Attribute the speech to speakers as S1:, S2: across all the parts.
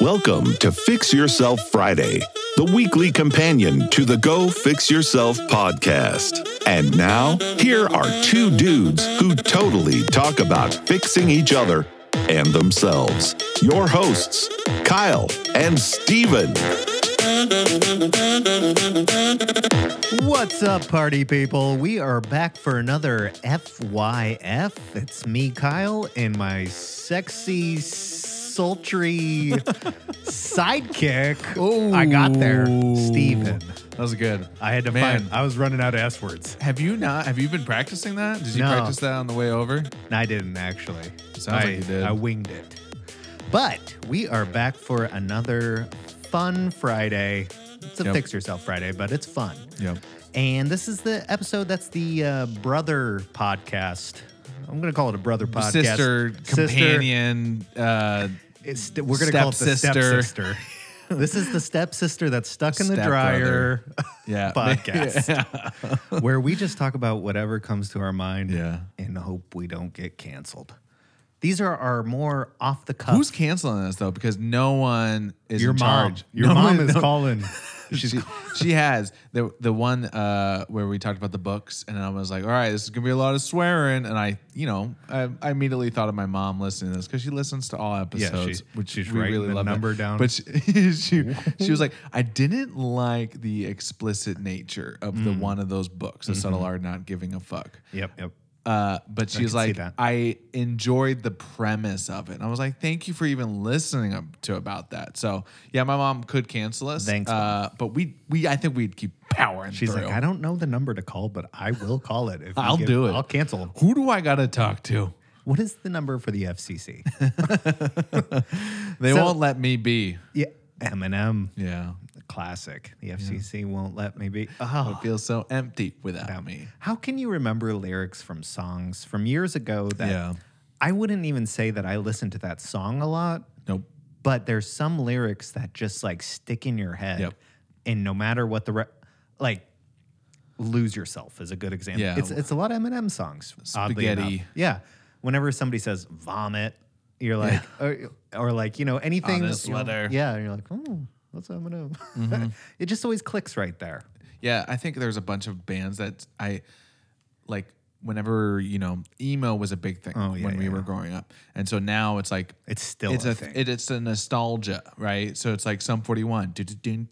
S1: Welcome to Fix Yourself Friday, the weekly companion to the Go Fix Yourself podcast. And now, here are two dudes who totally talk about fixing each other and themselves. Your hosts, Kyle and Steven.
S2: What's up, party people? We are back for another FYF. It's me, Kyle, and my sexy, sultry sidekick.
S3: Ooh.
S2: I got there, Steven.
S3: That was good.
S2: I had to
S3: Oh. Man.
S2: find, I was running out of S words.
S3: Have you not? Have you been practicing that? Did you
S2: No.
S3: practice that on the way over?
S2: No, I didn't actually.
S3: Sounds
S2: I,
S3: like you did.
S2: I winged it. But we are back for another fun Friday. It's a
S3: Yep.
S2: fix yourself Friday, but it's fun.
S3: Yep.
S2: And this is the episode that's the uh, brother podcast. I'm going to call it a brother podcast.
S3: Sister,
S2: Sister.
S3: companion. Uh,
S2: It's, we're going to call it the
S3: Stepsister.
S2: stepsister. this is the stepsister that's stuck in the dryer
S3: Stepbrother. yeah.
S2: podcast, where we just talk about whatever comes to our mind
S3: Yeah.
S2: and hope we don't get canceled. These are our more off the cuff.
S3: Who's canceling us though? Because no one is
S2: your
S3: in
S2: mom?
S3: charge.
S2: Your
S3: No
S2: mom
S3: one-
S2: is
S3: no-
S2: calling.
S3: She's, she has the the one uh, where we talked about the books, and I was like, "All right, this is gonna be a lot of swearing." And I, you know, I, I immediately thought of my mom listening to this because she listens to all
S2: she-
S3: episodes, which
S2: she's
S3: we
S2: writing
S3: really
S2: the
S3: love. that.
S2: number down.
S3: but she, she she was like, "I didn't like the explicit nature of
S2: Mm.
S3: the one of those books, The
S2: Mm-hmm.
S3: Subtle Art of Not Giving a Fuck."
S2: Yep, yep.
S3: Uh, but she's
S2: can see
S3: like,
S2: that.
S3: I enjoyed the premise of it. And I was like, thank you for even listening up to about that. So yeah, my mom could cancel us.
S2: Thanks,
S3: Uh, but we we I think we'd keep powering.
S2: She's
S3: through.
S2: like, I don't know the number to call, but I will call it. If you
S3: I'll
S2: give-
S3: do it.
S2: I'll cancel.
S3: Who do I gotta talk to?
S2: What is the number for the FCC?
S3: They
S2: So-
S3: won't let me be.
S2: yeah, Eminem,
S3: Yeah.
S2: classic. The FCC won't let me be.
S3: I
S2: Oh,
S3: feel so empty without me.
S2: how can you remember lyrics from songs from years ago that
S3: Yeah.
S2: I wouldn't even say that I listened to that song a lot,
S3: Nope.
S2: but there's some lyrics that just like stick in your head,
S3: Yep.
S2: and no matter what the re- like. Lose yourself is a good example.
S3: Yeah.
S2: It's it's a lot of Eminem songs. oddly enough.
S3: Spaghetti.
S2: Yeah. Whenever somebody says vomit, you're like, or, or like you know anything.
S3: this
S2: you know,
S3: weather.
S2: Yeah, and you're like, oh, what's Eminem?
S3: Mm-hmm.
S2: it just always clicks right there.
S3: Yeah, I think there's a bunch of bands that I like whenever, you know, emo was a big thing
S2: Oh, yeah,
S3: when we
S2: yeah.
S3: were growing up. And so now it's like
S2: It's still
S3: it's
S2: a,
S3: a
S2: thing.
S3: it- it's a nostalgia, right? So it's like some 41, ding
S2: Mm-hmm.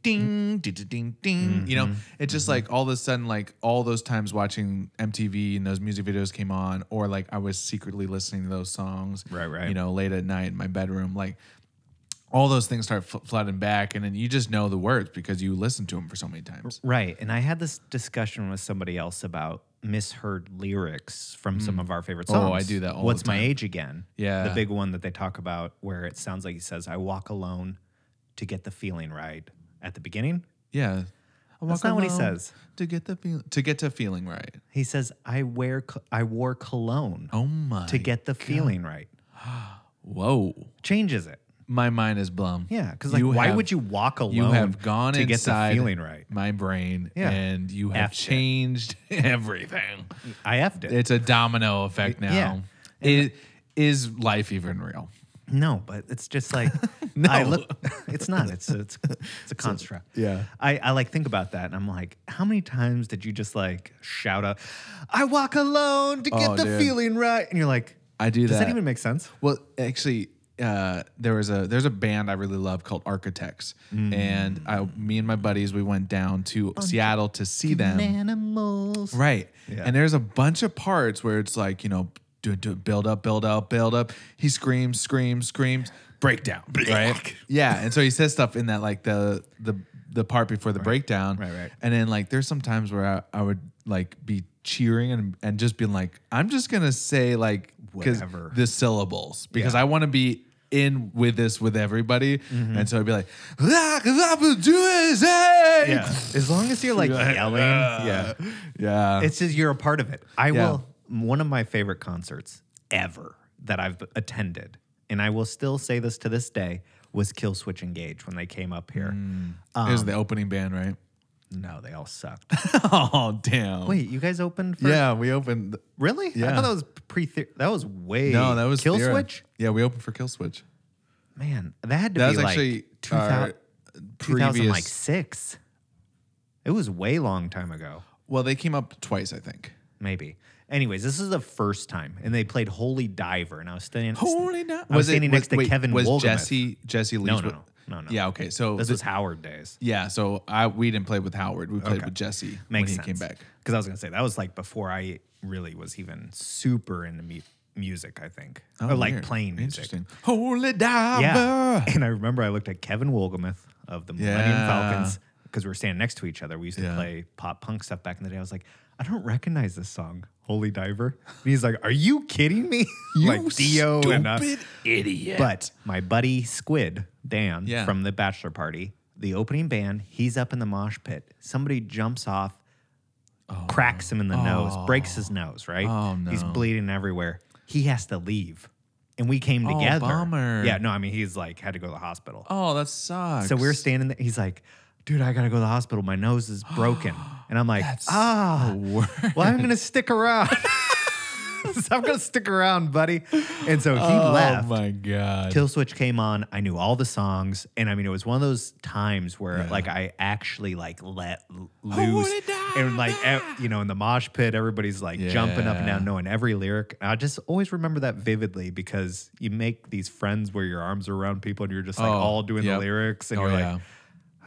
S3: ding, ding ding, you know. It's just like all of a sudden, like all those times watching MTV and those music videos came on, or like I was secretly listening to those songs,
S2: Right, right.
S3: You know, late at night in my bedroom, like all those things start fl- flooding back, and then you just know the words because you listen to them for so many times.
S2: Right. And I had this discussion with somebody else about misheard lyrics from some of our favorite songs.
S3: Oh, I do that all the
S2: What's my
S3: time.
S2: age again?
S3: Yeah.
S2: The big one that they talk about where it sounds like he says, I walk alone to get the feeling right at the beginning.
S3: Yeah, I
S2: That's
S3: walk
S2: not what he
S3: alone
S2: says.
S3: To get the feel- to get to feeling right.
S2: He says, I wear co- I wore cologne
S3: Oh my!
S2: to get the feeling right.
S3: whoa.
S2: Changes it.
S3: My mind is blown.
S2: Yeah. Cause like, why would you walk alone
S3: You have gone
S2: to get the
S3: inside
S2: feeling right?
S3: my brain,
S2: Yeah.
S3: and you have
S2: Effed it.
S3: changed everything.
S2: I effed it.
S3: It's a domino effect now.
S2: Yeah.
S3: It, is life even real?
S2: No, but it's just like I look. It's not. It's a, it's it's a construct.
S3: yeah.
S2: I I like think about that, and I'm like, how many times did you just like shout out? I walk alone to get
S3: Oh,
S2: the
S3: dude.
S2: feeling right, and you're like,
S3: I do
S2: does that,
S3: that.
S2: even make sense?
S3: Well, actually, uh, there was a there's a band I really love called Architects,
S2: Mm.
S3: and I, me and my buddies, we went down to Seattle to see them.
S2: Animals.
S3: Right.
S2: Yeah.
S3: And there's a bunch of parts where it's like, you know, do, do, build up, build up, build up. He screams, screams, screams, breakdown. Right. Yeah. And so he says stuff in that like the the the part before the breakdown.
S2: Right, right.
S3: And then like there's some times where I, I would like be cheering and, and just being like, I'm just gonna say like 'cause
S2: Whatever.
S3: the syllables because
S2: Yeah. Mm-hmm.
S3: I wanna be in with this with everybody. And so I'd be like, "Ah, 'cause I will do it, eh."
S2: Yeah. As long as you're like yelling, yeah,
S3: Yeah. Yeah.
S2: it's just you're a part of it. I
S3: Yeah.
S2: will. One of my favorite concerts ever that I've attended, and I will still say this to this day, was Killswitch Engage when they came up here.
S3: Mm. it
S2: um,
S3: was the opening band, right?
S2: No, they all sucked.
S3: oh damn!
S2: Wait, you guys opened for
S3: yeah, we opened.
S2: Really? I
S3: Yeah.
S2: thought that was pre that was way
S3: No, that was
S2: Kill
S3: Thera.
S2: Switch?
S3: Yeah, we opened for Kill Switch.
S2: Man, that had to
S3: That
S2: be
S3: was
S2: like
S3: actually
S2: 2000,
S3: our previous.
S2: 2006. It was way long time ago,
S3: Well, they came up twice, I think.
S2: maybe. Anyways, this is the first time, and they played Holy Diver, and I was standing.
S3: no!
S2: I was standing next to Kevin
S3: Was
S2: Woldemeth.
S3: Jesse Jesse Leach?
S2: No, no,
S3: with-
S2: no, no, no.
S3: Yeah. Okay. So
S2: This
S3: th-
S2: was Howard days.
S3: yeah. So I we didn't play with Howard. We played with Jesse when
S2: Makes
S3: he
S2: sense.
S3: came back.
S2: Because I was gonna say that was like before I really was even super into mu- music. I think, or like
S3: Oh, weird.
S2: playing music.
S3: Interesting. Holy diver.
S2: Yeah. And I remember I looked at Kevin Wolgamuth of the Millennium
S3: Yeah.
S2: Falcons because we were standing next to each other. We used to
S3: Yeah.
S2: play pop punk stuff back in the day. I was like, I don't recognize this song, Holy Diver. And he's like, Are you kidding me?
S3: You
S2: like Dio and uh, us.
S3: stupid idiot.
S2: But my buddy Squid, Dan,
S3: Yeah.
S2: from the Bachelor Party, the opening band, he's up in the mosh pit. Somebody jumps off, cracks him in the nose, breaks his nose, right?
S3: Oh,
S2: He's
S3: no.
S2: bleeding everywhere. He has to leave. And we came together.
S3: Oh, bummer.
S2: Yeah, no, I mean, he's like, had to go to the hospital.
S3: oh, that sucks.
S2: So we we're standing there. He's like, dude, I got to go to the hospital. My nose is broken. And I'm like, ah, well, I'm going to stick around. so I'm going to stick around, buddy. And so he left.
S3: Oh my god.
S2: Kill Switch came on. I knew all the songs, and I mean, it was one of those times where like I actually like let l- loose, and like e- you know, in the mosh pit, everybody's like jumping up and
S3: Yeah.
S2: down, knowing every lyric. And I just always remember that vividly because you make these friends where your arms are around people and you're just like
S3: Oh,
S2: all doing
S3: yep.
S2: the lyrics, and
S3: oh
S2: you're
S3: yeah.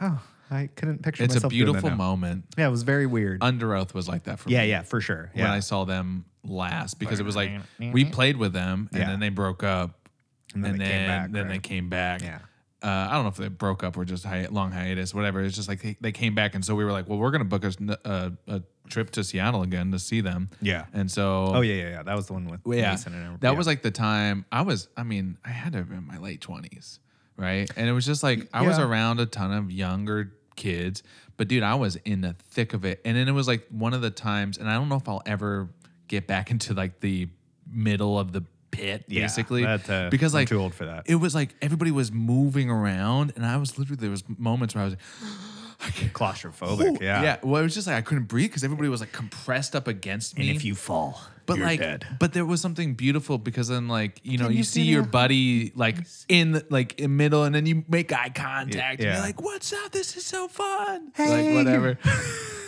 S2: like, oh, I couldn't picture
S3: it's a
S2: myself doing that
S3: beautiful
S2: now."
S3: moment.
S2: Yeah, it was very weird.
S3: Under Oath was like that for
S2: yeah,
S3: me.
S2: yeah, for sure.
S3: When
S2: Yeah,
S3: I saw them last, because it was like we played with them and
S2: Yeah.
S3: then they broke up,
S2: And then they came back,
S3: then they
S2: right?
S3: came back.
S2: Yeah.
S3: Uh, I don't know if they broke up or just hi- long hiatus, whatever. It's just like they, they came back, and so we were like, "Well, we're gonna book us n- a, a trip to Seattle again to see them."
S2: Yeah.
S3: and so
S2: oh yeah, yeah, yeah. That was the one with
S3: Well, um, yeah.
S2: Mason and everybody.
S3: That was like the time I was, I mean, I had to have been in my late 20s, right? And it was just like, I was
S2: Yeah.
S3: around a ton of younger kids, but dude, I was in the thick of it. And then it was like one of the times, and I don't know if I'll ever get back into like the middle of the pit,
S2: Yeah,
S3: basically.
S2: that, uh,
S3: because
S2: I'm
S3: like,
S2: too old for that.
S3: It was like everybody was moving around, and I was literally, there was moments where I was like,
S2: claustrophobic.
S3: "Ooh." Yeah. Well, it was just like I couldn't breathe because everybody was like compressed up against me.
S2: And if you fall,
S3: But
S2: you're
S3: like,
S2: dead.
S3: but there was something beautiful because then, like, you know,
S2: Can
S3: you,
S2: you
S3: see
S2: feel-
S3: your buddy like in the, like in middle, and then you make eye contact. And
S2: yeah.
S3: you're like, "What's up? This is so fun!"
S2: Hey.
S3: Like whatever.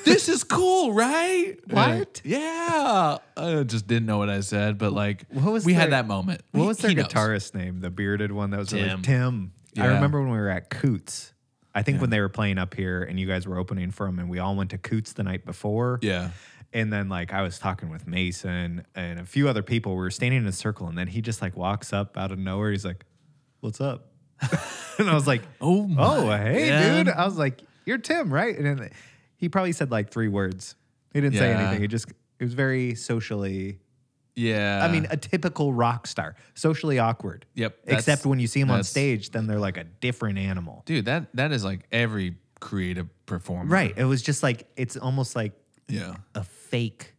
S3: this is cool, right?
S2: What?
S3: Yeah, I just didn't know what I said, but like,
S2: What was
S3: we had
S2: their-
S3: that moment.
S2: What
S3: He-
S2: was their
S3: he knows.
S2: guitarist name? The bearded one that was really-
S3: Tim.
S2: Tim. I
S3: Yeah.
S2: remember when we were at Coots. I think when they were playing up here and you guys were opening for them, and we all went to Coots the night before.
S3: Yeah.
S2: And then like I was talking with Mason and a few other people. We were standing in a circle, and then he just like walks up out of nowhere. He's like, "What's up?" and I was like,
S3: Oh my
S2: oh, hey,
S3: God.
S2: dude." I was like, "You're Tim, right?" And then he probably said like three words. He didn't say
S3: Yeah.
S2: anything. He just it was very socially
S3: Yeah.
S2: I mean, uh, a typical rock star, socially awkward.
S3: Yep, that's-
S2: Except when you see them on
S3: that's-
S2: stage, then they're like a different animal.
S3: dude, that that is like every creative performer.
S2: Right. It was just like it's almost like
S3: Yeah.
S2: a fake.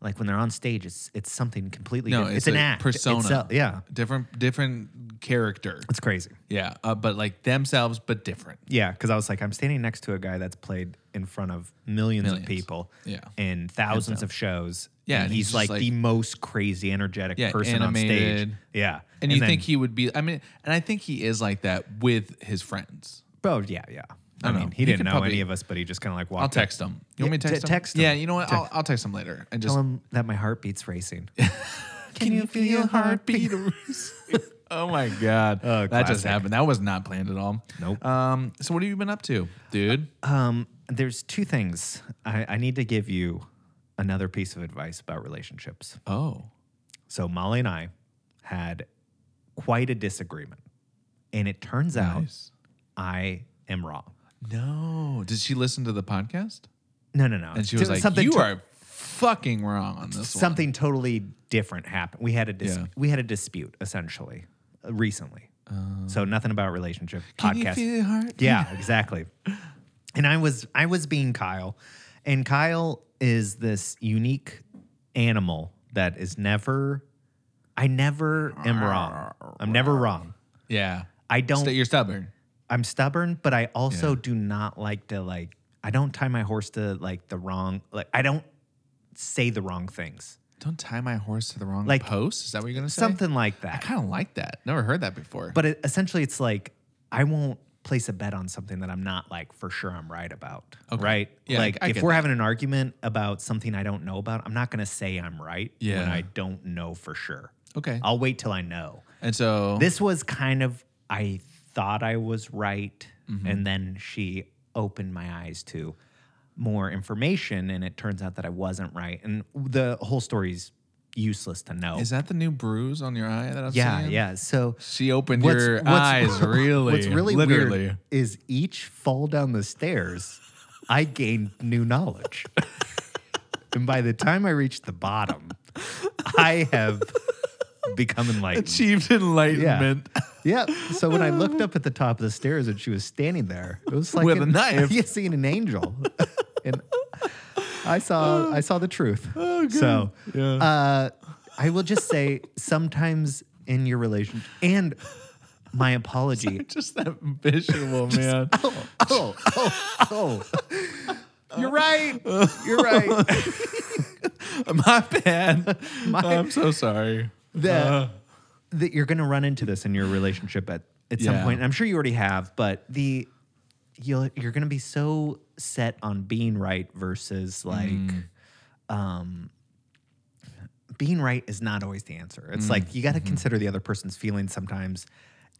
S2: Like when they're on stage, it's it's something completely.
S3: No,
S2: different.
S3: it's,
S2: it's,
S3: a
S2: an act.
S3: persona.
S2: itself. yeah,
S3: Different different character.
S2: it's crazy.
S3: Yeah, uh, but like themselves, but different.
S2: Yeah, because I was like, I'm standing next to a guy that's played in front of millions,
S3: Millions.
S2: of people,
S3: Yeah.
S2: in thousands of shows.
S3: Yeah,
S2: and
S3: and
S2: he's,
S3: he's
S2: like,
S3: just like-
S2: the most crazy, energetic
S3: Yeah,
S2: person on
S3: animated.
S2: stage. Yeah,
S3: And, you
S2: then-
S3: think he would be? I mean, and I think he is like that with his friends.
S2: Oh yeah, yeah. I,
S3: don't
S2: mean,
S3: know.
S2: he
S3: He
S2: didn't
S3: could
S2: know any
S3: probably-
S2: of us, but he just kind of like walked.
S3: I'll
S2: up.
S3: text him.
S2: Yeah,
S3: You want me to
S2: te-
S3: text him?
S2: text
S3: Yeah,
S2: him.
S3: you know what? I'll, I'll text him later and just.
S2: Tell him that my heartbeat's racing.
S3: Can you feel your heartbeat? oh my god, that just
S2: classic.
S3: happened. That was not planned at all.
S2: Nope.
S3: Um. So what have you been up to, dude?
S2: Um, there's two things I, I need to give you another piece of advice about relationships.
S3: oh.
S2: So Molly and I had quite a disagreement, and it turns
S3: Nice.
S2: out I am wrong.
S3: No. Did she listen to the podcast?
S2: No, no, no.
S3: And she was like, "You
S2: to-
S3: are fucking wrong on this one."
S2: something totally different happened. We had a dis-
S3: Yeah.
S2: we had a dispute essentially uh, recently.
S3: Oh.
S2: so nothing about relationship
S3: Can you
S2: podcast.
S3: feel your heartbeat?
S2: Yeah, exactly. And I was I was being Kyle, and Kyle is this unique animal that is never. I never am wrong. I'm never wrong.
S3: Yeah.
S2: I don't.
S3: St- You're stubborn.
S2: I'm stubborn, but I also do not like to like. I don't tie my horse to like the wrong. Like I don't say the wrong things.
S3: Don't tie my horse to the wrong
S2: Like,
S3: post. Is that what you're gonna say?
S2: something like
S3: I
S2: that.
S3: kind of like that. Never heard that before.
S2: But it, essentially, it's like I won't place a bet on something that I'm not like for sure I'm right about. Right?
S3: Yeah, I-
S2: like
S3: I
S2: if
S3: get
S2: we're
S3: that.
S2: having an argument about something I don't know about, I'm not going to say I'm right when
S3: Yeah.
S2: I don't know for sure.
S3: okay.
S2: I'll wait till I know.
S3: and so
S2: This was kind of I thought I was right,
S3: Mm-hmm.
S2: and then she opened my eyes to more information, and it turns out that I wasn't right, and the whole story's useless to know.
S3: is that the new bruise on your eye that I'm
S2: yeah,
S3: seeing?
S2: yeah. So
S3: She opened
S2: what's-
S3: your
S2: what's-
S3: eyes. Really.
S2: What's really
S3: literally.
S2: weird is each fall down the stairs, I gained new knowledge, and by the time I reached the bottom, I have become enlightened.
S3: Achieved enlightenment.
S2: Yeah. So when I looked up at the top of the stairs and she was standing there, it was like
S3: With a
S2: an-
S3: knife.
S2: You seen an angel, and I saw I saw the truth. So uh, I will just say, sometimes in your relationship, and my apology.
S3: Just that visual, man.
S2: Oh, oh, oh, oh! You're right. You're right.
S3: My bad. I'm so sorry.
S2: that
S3: Uh-huh.
S2: that you're going to run into this in your relationship at at some
S3: Yeah.
S2: point. I'm sure you already have, but the you'll you're going to be so set on being right versus like
S3: Mm.
S2: um being right is not always the answer. It's
S3: Mm.
S2: like you got to
S3: Mm-hmm.
S2: consider the other person's feelings sometimes.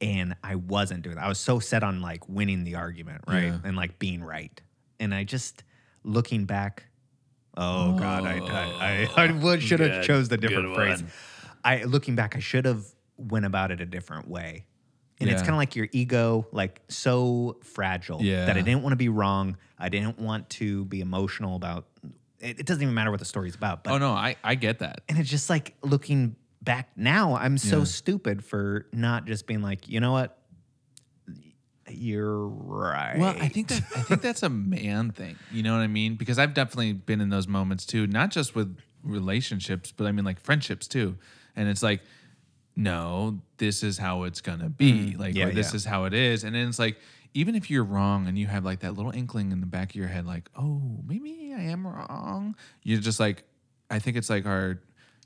S2: And I wasn't doing that. I was so set on like winning the argument, right?
S3: Yeah.
S2: And like being right. And I just looking back, Oh God, I I, I, I
S3: Oh.
S2: would, should have chose the different phrase. I looking back, I should have went about it a different way. And it's
S3: Yeah.
S2: kind of like your ego, like so fragile that I
S3: Yeah.
S2: didn't want to be wrong. I didn't want to be emotional about. It, it doesn't even matter what the story's about, but
S3: Oh no, I I get that.
S2: and it's just like looking back now, I'm so stupid for not just being like, you know what, you're right.
S3: Well, I think that I think that's a man thing. You know what I mean? Because I've definitely been in those moments too, not just with relationships, but I mean like friendships too. And it's like, no, this is how it's gonna be. like
S2: Mm. yeah,
S3: or this
S2: yeah.
S3: is how it is. And then it's like, even if you're wrong and you have like that little inkling in the back of your head, like, oh, maybe I am wrong. You're just like, I think it's like our,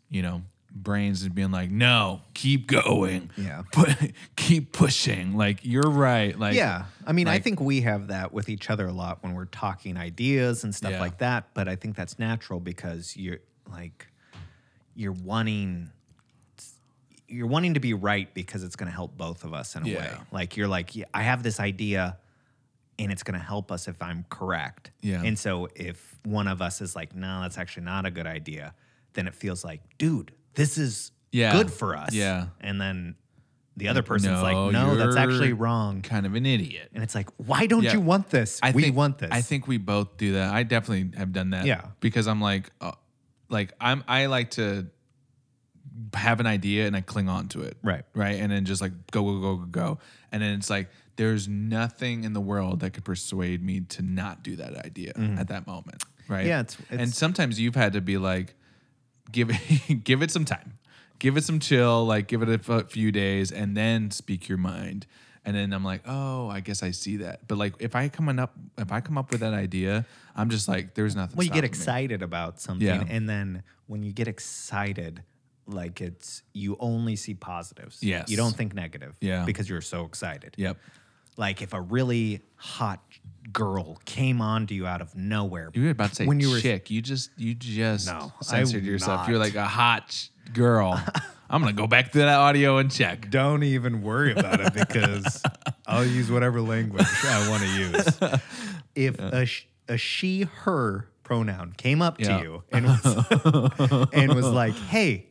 S3: you know, brains and being like, no, keep going.
S2: Yeah.
S3: But keep pushing. Like you're right. Like
S2: yeah. I mean, I
S3: like-
S2: think we have that with each other a lot when we're talking ideas and stuff
S3: Yeah.
S2: like that. But I think that's natural because you're like, you're wanting, you're wanting to be right because it's going to help both of us in a way.
S3: Yeah.
S2: Like you're like, yeah, I have this idea, and it's going to help us if I'm correct.
S3: Yeah.
S2: And so if one of us is like, no, that's actually not a good idea, then it feels like, dude, this is
S3: Yeah.
S2: good for us.
S3: Yeah.
S2: And then. The other person's
S3: "No,
S2: like, no, that's
S3: you're
S2: actually wrong.
S3: kind of an idiot.
S2: And it's like, why don't
S3: Yeah.
S2: you want this? we
S3: think,
S2: want this.
S3: I think we both do that. I definitely have done that.
S2: Yeah.
S3: Because I'm like, uh, like I'm I like to have an idea and I cling on to it.
S2: Right.
S3: Right. And then just like go go go go go. And then it's like there's nothing in the world that could persuade me to not do that idea at that moment. Right.
S2: Mm-hmm. Yeah, it's-
S3: and
S2: it's-
S3: sometimes you've had to be like, give it give it some time give it some chill like give it a f- few days and then speak your mind and then i'm like oh i guess i see that but like if i come on up if i come up with that idea i'm just like there's nothing
S2: Well, you get
S3: stopping me.
S2: excited about something,
S3: Yeah.
S2: and then when you get excited, like it's you only see positives.
S3: Yes.
S2: you don't think negative.
S3: Yeah.
S2: because you're so excited.
S3: yep
S2: Like if a really hot girl came onto you out of nowhere,
S3: you were about to say
S2: When you were-
S3: chick you just you just
S2: No, I
S3: censored yourself
S2: not.
S3: you're like a hot ch- girl i'm gonna go back to that audio and check
S2: don't even worry about it because I'll use whatever language I want to use. If a, sh- a she, her pronoun came up
S3: Yeah.
S2: to you and was, and was like, hey,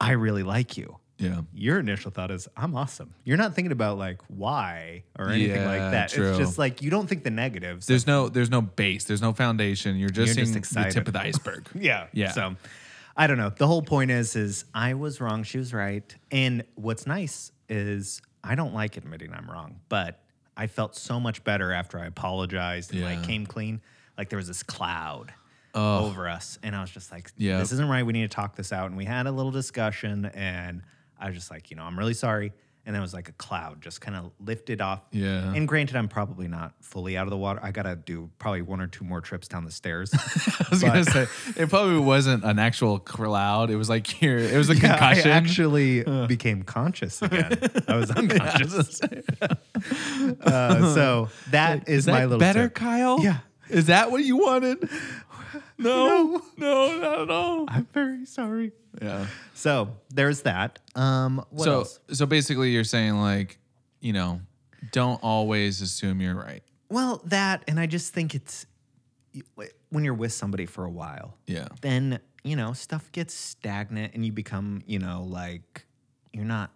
S2: I really like you.
S3: yeah
S2: Your initial thought is, I'm awesome. You're not thinking about like why or anything
S3: Yeah,
S2: like that. It's
S3: true.
S2: just like you don't think the negatives.
S3: there's no there's no base there's no foundation you're just
S2: You're just
S3: seeing the
S2: excited.
S3: tip of the iceberg
S2: Yeah.
S3: Yeah.
S2: So I don't know. The whole point is is I was wrong, she was right. And what's nice is I don't like admitting I'm wrong, but I felt so much better after I apologized and like
S3: Yeah.
S2: came clean. Like there was this cloud over us. And I was just like,
S3: Yeah.
S2: this isn't right. We need to talk this out. And we had a little discussion and I was just like, you know, I'm really sorry. and there was like a cloud just kind of lifted off.
S3: Yeah.
S2: And granted, I'm probably not fully out of the water. I gotta do probably one or two more trips down the stairs.
S3: I was gonna say it probably wasn't an actual cloud. It was like here. It was a
S2: Yeah, I
S3: concussion. Uh.
S2: actually became conscious again. I was unconscious. uh, so that is,
S3: Is that
S2: my little
S3: better,
S2: tip.
S3: Kyle?
S2: Yeah.
S3: Is that what you wanted? No, no, not at all.
S2: I'm very sorry.
S3: Yeah.
S2: So there's that. Um, what
S3: so,
S2: else?
S3: so basically, you're saying like, you know, don't always assume you're right.
S2: Well, that, and I just think it's when you're with somebody for a while,
S3: Yeah.
S2: then, you know, stuff gets stagnant and you become, you know, like you're not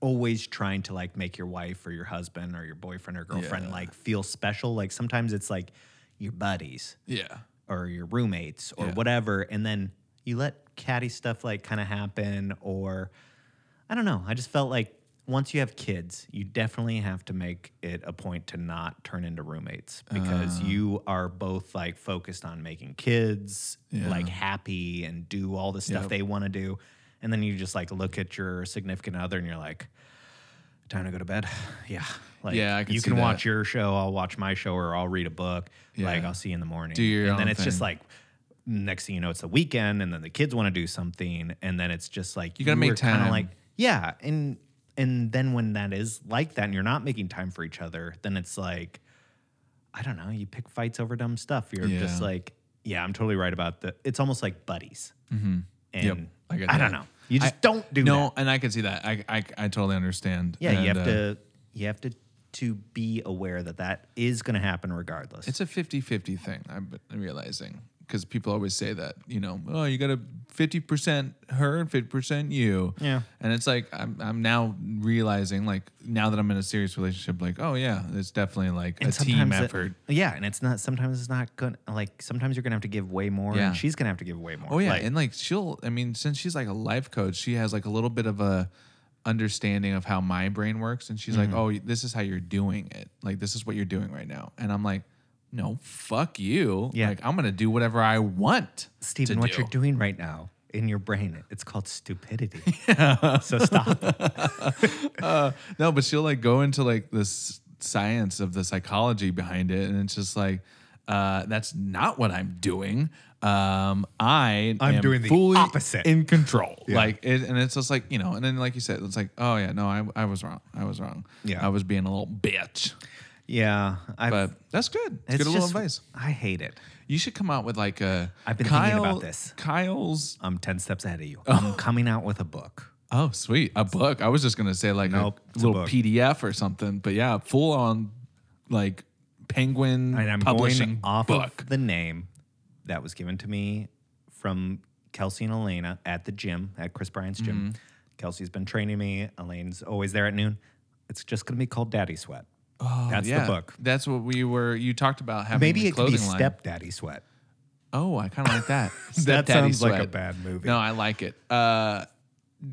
S2: always trying to like make your wife or your husband or your boyfriend or girlfriend
S3: Yeah.
S2: like feel special. Like sometimes it's like your buddies
S3: Yeah.
S2: or your roommates or
S3: Yeah.
S2: whatever. And then you let catty stuff like kind of happen or I don't know. I just felt like once you have kids, you definitely have to make it a point to not turn into roommates because
S3: Uh.
S2: you are both like focused on making kids
S3: Yeah.
S2: like happy and do all the stuff
S3: Yep.
S2: they want to do. And then you just like look at your significant other and you're like, time to go to bed. yeah. Like
S3: Yeah, I can
S2: you
S3: see
S2: can watch
S3: that.
S2: your show, I'll watch my show or I'll read a book. Like
S3: Yeah.
S2: I'll see you in the morning.
S3: Do your
S2: and then
S3: own
S2: it's just
S3: thing.
S2: like next thing you know it's the weekend and then the kids want to do something and then it's just like
S3: You gotta make
S2: were kinda
S3: time.
S2: like yeah and and then when that is like that and you're not making time for each other then it's like i don't know you pick fights over dumb stuff you're just
S3: Yeah.
S2: like yeah i'm totally right about that it's almost like buddies and
S3: Mm-hmm. Yep, I
S2: I,
S3: get
S2: don't
S3: that.
S2: know you just don't do
S3: no,
S2: that
S3: and I can see that. I, I, I totally understand.
S2: yeah
S3: And,
S2: you have
S3: uh,
S2: to you have to to be aware that that is going to happen regardless
S3: It's a 50-50 thing. I'm b- I'm realizing because people always say that. You know, oh, you got a fifty percent her and fifty percent you.
S2: Yeah.
S3: And it's like I'm I'm now realizing like now that I'm in a serious relationship, like oh yeah, it's definitely like a team
S2: sometimes it-
S3: effort.
S2: yeah, and it's not. Sometimes it's not good. Like sometimes you're gonna have to give way more,
S3: Yeah.
S2: and she's gonna have to give way more.
S3: Oh yeah,
S2: Like,
S3: and like she'll. I mean, since she's like a life coach, she has like a little bit of a understanding of how my brain works, and she's
S2: Mm-hmm.
S3: like, "Oh, this is how you're doing it. Like this is what you're doing right now." And I'm like, "No, fuck you.
S2: Yeah.
S3: Like I'm gonna do whatever I want."
S2: Stephen,
S3: to
S2: what
S3: do.
S2: you're doing right now in your brain, it's called stupidity. so stop. it.
S3: No, but she'll like go into like this science of the psychology behind it, and it's just like, uh, that's not what I'm doing. Um, I
S2: I'm
S3: am
S2: doing the
S3: fully
S2: opposite.
S3: in control. Like, it, and it's just like you know, and then like you said, it's like, oh yeah, no, I, I was wrong. I was wrong.
S2: Yeah.
S3: I was being a little bitch.
S2: Yeah, I.
S3: But that's good. It's, good little advice.
S2: I hate it.
S3: You should come out with like a.
S2: I've been
S3: Kyle,
S2: thinking about this.
S3: Kyle's.
S2: I'm ten steps ahead of you. I'm coming out with a book.
S3: Oh, sweet, a book. I was just gonna say like
S2: Nope,
S3: a
S2: it's a
S3: little
S2: book.
S3: PDF or something, but yeah, full on like Penguin
S2: and I'm
S3: publishing
S2: going off
S3: book.
S2: of the name that was given to me from Kelsey and Elena at the gym at Chris Bryant's
S3: Mm-hmm.
S2: gym. Kelsey's been training me. Elaine's always there at noon. It's just going to be called Daddy Sweat. Oh, That's
S3: yeah,
S2: the book.
S3: That's what we were. You talked about having
S2: Maybe
S3: the
S2: it could be
S3: clothing line.
S2: Stepdaddy Sweat.
S3: Oh, I kind of like that.
S2: That
S3: Daddy
S2: sounds like a
S3: sweat.
S2: bad movie.
S3: No, I like it. Uh,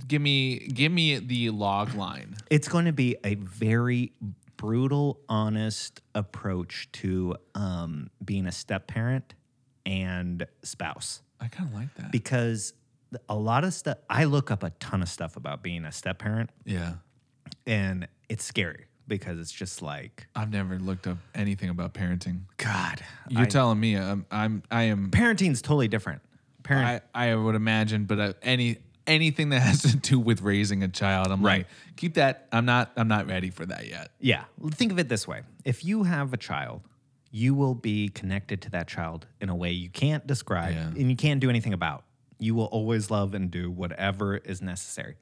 S3: give me, give me the log line.
S2: It's going to be a very brutal, honest approach to um, being a step parent and spouse.
S3: I kind of like that.
S2: Because a lot of stuff, I look up a ton of stuff about being a step parent.
S3: yeah,
S2: and it's scary because it's just like
S3: I've never looked up anything about parenting.
S2: God.
S3: You're telling me I'm, I'm, I am.
S2: Parenting's totally different. Parent,
S3: I, I would imagine, but uh, any anything that has to do with raising a child, I'm
S2: Right.
S3: like, keep that. I'm not, I'm not ready for that yet.
S2: yeah. Think of it this way: if you have a child, you will be connected to that child in a way you can't describe
S3: Yeah.
S2: and you can't do anything about. You will always love and do whatever is necessary.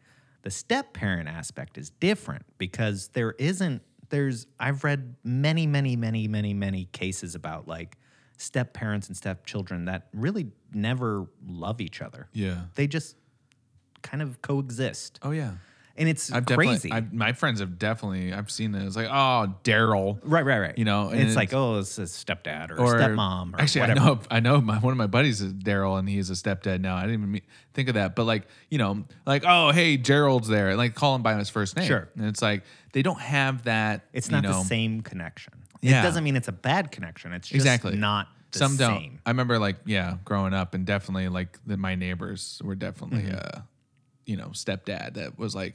S2: The step parent aspect is different because there isn't. There's I've read many, many, many, many, many cases about like step parents and step children that really never love each other.
S3: Yeah.
S2: they just kind of coexist.
S3: Oh yeah.
S2: And it's
S3: I've
S2: crazy.
S3: definitely, I've, my friends have definitely, I've seen it. It's like, oh, Daryl.
S2: right, right, right.
S3: You know, and
S2: it's, like, oh, it's a stepdad or, a stepmom or
S3: actually,
S2: whatever.
S3: I know, I know my, one of my buddies is Daryl, and he is a stepdad now. I didn't even me- think of that, but like, you know, like, oh, hey, Gerald's there, and like call him by his first name.
S2: Sure.
S3: and it's like they don't have that.
S2: It's
S3: you
S2: not the
S3: know,
S2: same connection.
S3: Yeah.
S2: It doesn't mean it's a bad connection. It's just
S3: Exactly.
S2: not the
S3: Some
S2: same.
S3: don't. I remember, like, yeah, growing up, and
S2: Mm-hmm.
S3: definitely, like, that my neighbors were definitely, uh, you know, stepdad that was like,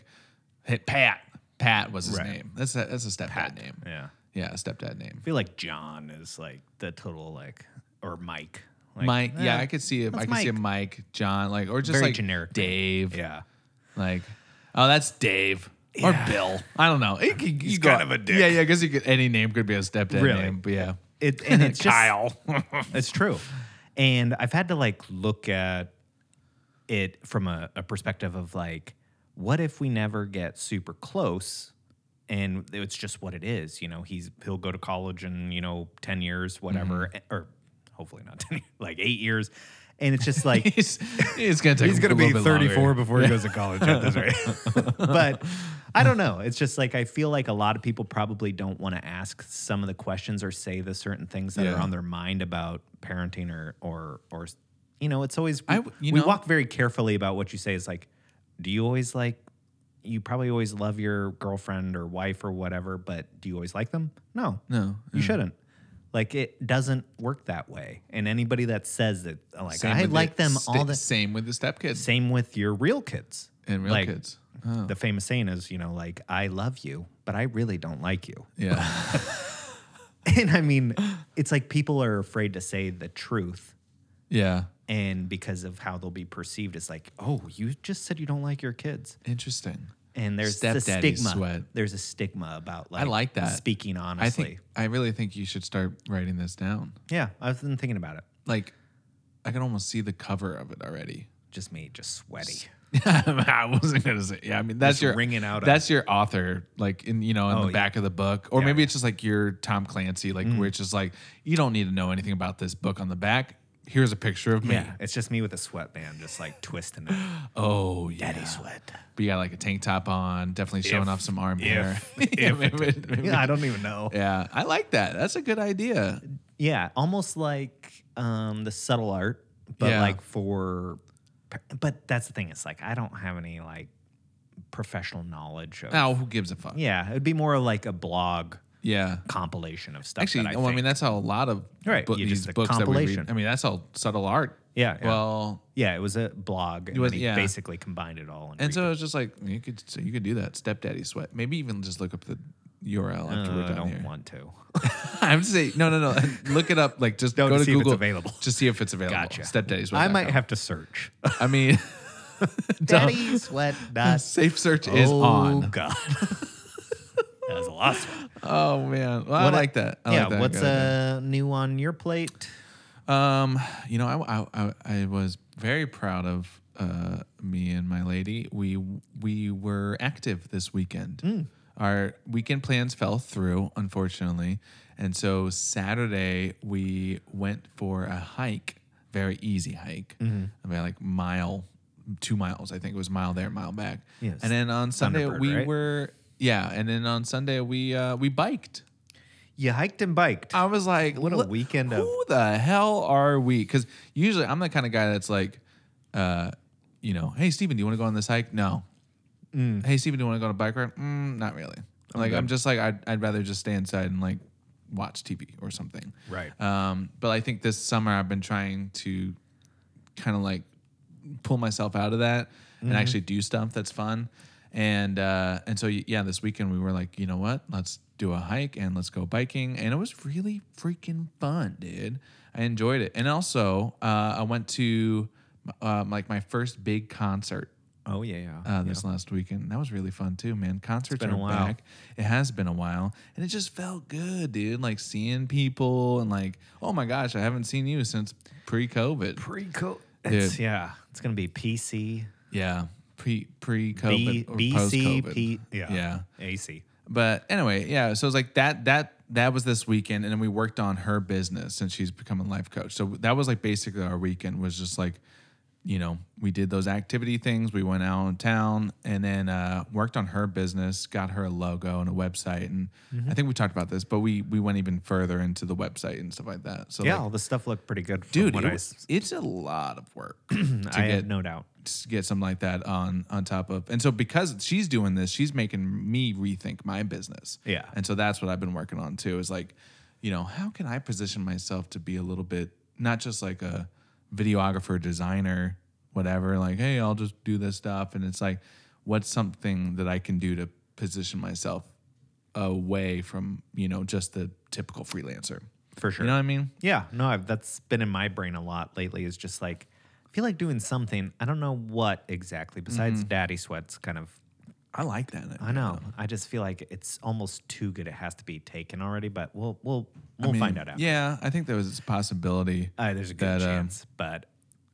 S3: Hit Pat. Pat was his
S2: Right.
S3: name. That's a, that's a stepdad name.
S2: Yeah.
S3: Yeah, a stepdad name.
S2: I feel like John is like the total like or Mike. Like,
S3: Mike. Yeah,
S2: eh,
S3: I could see him. I
S2: that's
S3: could see a Mike, John, like or just
S2: Very
S3: like
S2: generic name.
S3: Dave.
S2: Yeah.
S3: Like, oh, that's Dave.
S2: Yeah.
S3: Or Bill. I don't know. It could-
S2: He's
S3: you go-
S2: kind of a dick.
S3: Yeah, yeah, because any name could be a stepdad
S2: Really?
S3: name. But yeah.
S2: It and it's just, Kyle. it's true. And I've had to like look at it from a, a perspective of like, what if we never get super close? And it's just what it is, you know. He's he'll go to college in you know ten years, whatever, eh, or hopefully not ten, years, like eight years. And it's just like
S3: He's, he's gonna take
S2: he's
S3: a
S2: going to
S3: little
S2: be
S3: bit
S2: 34
S3: longer.
S2: before he goes to college at this rate. but I don't know. It's just like I feel like a lot of people probably don't want to ask some of the questions or say the certain things that
S3: Yeah.
S2: are on their mind about parenting or or or you know, it's always
S3: I w- you
S2: we
S3: know-
S2: walk very carefully about what you say. It's like, do you always like you probably always love your girlfriend or wife or whatever, but do you always like them? No.
S3: No,
S2: You shouldn't. Like it doesn't work that way. And anybody that says that like
S3: Same
S2: I
S3: with
S2: like
S3: the
S2: them
S3: sta-
S2: all the
S3: Same with the stepkids
S2: same with your real kids
S3: and real
S2: Like,
S3: kids. Oh.
S2: The famous saying is, you know, like I love you, but I really don't like you.
S3: Yeah.
S2: And I mean, it's like people are afraid to say the truth,
S3: yeah.
S2: and because of how they'll be perceived, it's like, oh, you just said you don't like your kids,
S3: Interesting.
S2: and there's the
S3: Stepdaddy
S2: stigma.
S3: sweat.
S2: There's a stigma about like
S3: I like that.
S2: speaking honestly.
S3: I think I really think you should start writing this down.
S2: yeah, I've been thinking about it.
S3: Like I can almost see the cover of it already.
S2: Just me, just sweaty.
S3: I wasn't gonna say. Yeah, I mean that's
S2: Just
S3: your
S2: ringing out a-
S3: That's your author, like in you know in
S2: Oh,
S3: the
S2: yeah. Mm.
S3: back of the book, or maybe it's just like your Tom Clancy, like where it's just like you don't need to know anything about this book on the back. Here's a picture of me.
S2: Yeah, it's just me with a sweatband, just like twisting it.
S3: Oh yeah,
S2: Daddy sweat.
S3: but you got like a tank top on, definitely showing
S2: If-
S3: off some arm hair.
S2: if-
S3: yeah, maybe- maybe-
S2: Yeah, I don't even know.
S3: yeah, I like that. That's a good idea.
S2: Yeah, almost like um, the subtle art, but
S3: Yeah.
S2: like for. But that's the thing. It's like I don't have any like professional knowledge of.
S3: Now who gives a fuck?
S2: Yeah, it'd be more like a blog
S3: yeah.
S2: compilation of stuff.
S3: Actually,
S2: that I,
S3: well, I
S2: think.
S3: mean that's how a lot of
S2: Right,
S3: bo-
S2: you
S3: these
S2: just- a
S3: books that we read.
S2: compilation.
S3: I mean that's how subtle art.
S2: Yeah, yeah.
S3: Well,
S2: yeah, it was a blog, and
S3: was-
S2: then he
S3: yeah.
S2: basically combined it all.
S3: And so it was just like you could so you could do that stepdaddy sweat. Maybe even just look up the URL after
S2: Uh,
S3: we're
S2: I
S3: done
S2: don't
S3: here.
S2: want to.
S3: I'm just saying no no no. look it up like just
S2: No,
S3: go
S2: to
S3: to,
S2: see if it's
S3: Google
S2: available.
S3: Just see if it's available.
S2: Gotcha.
S3: Stepdaddy sweat.
S2: I might have to search.
S3: I mean,
S2: Daddy sweat dot.
S3: safe search is
S2: oh,
S3: on.
S2: God. that was a lot. of sweat.
S3: Oh man, well,
S2: What
S3: I
S2: a-
S3: like that. I
S2: yeah,
S3: like that.
S2: what's
S3: Good idea.
S2: uh, new on your plate?
S3: Um, you know, I, I, I, I was very proud of uh, me and my lady. We we were active this weekend.
S2: Hmm.
S3: Our weekend plans fell through, unfortunately, and so Saturday we went for a hike, very easy hike,
S2: Mm-hmm.
S3: about like mile, two miles. I think it was mile there, mile back.
S2: Yes.
S3: And then on Sunday
S2: Thunderbird,
S3: we
S2: right?
S3: were yeah, and then on Sunday we uh, we biked.
S2: You hiked and biked.
S3: I was like,
S2: What a
S3: "Look,
S2: weekend of-
S3: Who the hell are we? Because usually I'm the kind of guy that's like, uh, you know, hey Steven, do you want to go on this hike? No.
S2: Mm.
S3: Hey Steven, do you want to go on a bike ride? Mm, not really. like I'm just like I'd, I'd rather just stay inside and like watch TV or something.
S2: Right.
S3: Um, but I think this summer I've been trying to kind of like pull myself out of that and actually do stuff that's fun. And uh, and so yeah, this weekend we were like, you know what? Let's do a hike and let's go biking, and it was really freaking fun, dude. I enjoyed it, and also uh, I went to um, like my first big concert
S2: oh yeah, yeah.
S3: uh, this last weekend. That was really fun too, man. Concerts
S2: been
S3: are
S2: a while.
S3: back. It has been a while, and it just felt good, dude. Like seeing people and like, oh my gosh, I haven't seen you since pre-COVID.
S2: Pre COVID.
S3: Dude.
S2: Yeah, it's gonna be PC,
S3: yeah, pre
S2: B,
S3: pre-COVID or
S2: BC,
S3: post-COVID.
S2: P, yeah,
S3: yeah.
S2: AC.
S3: But anyway, yeah. So it was like that that that was this weekend, and then we worked on her business since she's become a life coach. So that was like basically our weekend was just like, you know, we did those activity things. We went out in town and then uh, worked on her business, got her a logo and a website, and
S2: Mm-hmm.
S3: I think we talked about this, but we we went even further into the website and stuff like that. So
S2: Yeah,
S3: like,
S2: all the stuff looked pretty good. From
S3: dude,
S2: what
S3: it
S2: I,
S3: was-
S2: s-
S3: it's a lot of work to
S2: I
S3: get
S2: had no doubt.
S3: to get something like that on on top of and so because she's doing this she's making me rethink my business
S2: Yeah.
S3: and so that's what i've been working on too is like you know how can i position myself to be a little bit not just like a videographer designer whatever like hey i'll just do this stuff and it's like what's something that I can do to position myself away from, you know, just the typical freelancer?
S2: For sure.
S3: You know what I mean?
S2: Yeah, no, I've, that's been in my brain a lot lately. Is just like I feel like doing something. I don't know what exactly. Besides
S3: Mm-hmm.
S2: daddy sweats, kind of.
S3: I like that.
S2: I know. I just feel like it's almost too good. It has to be taken already, but we'll we'll we'll find out. After.
S3: Yeah, I think there was a possibility.
S2: Uh, there's a good
S3: that, um,
S2: chance, but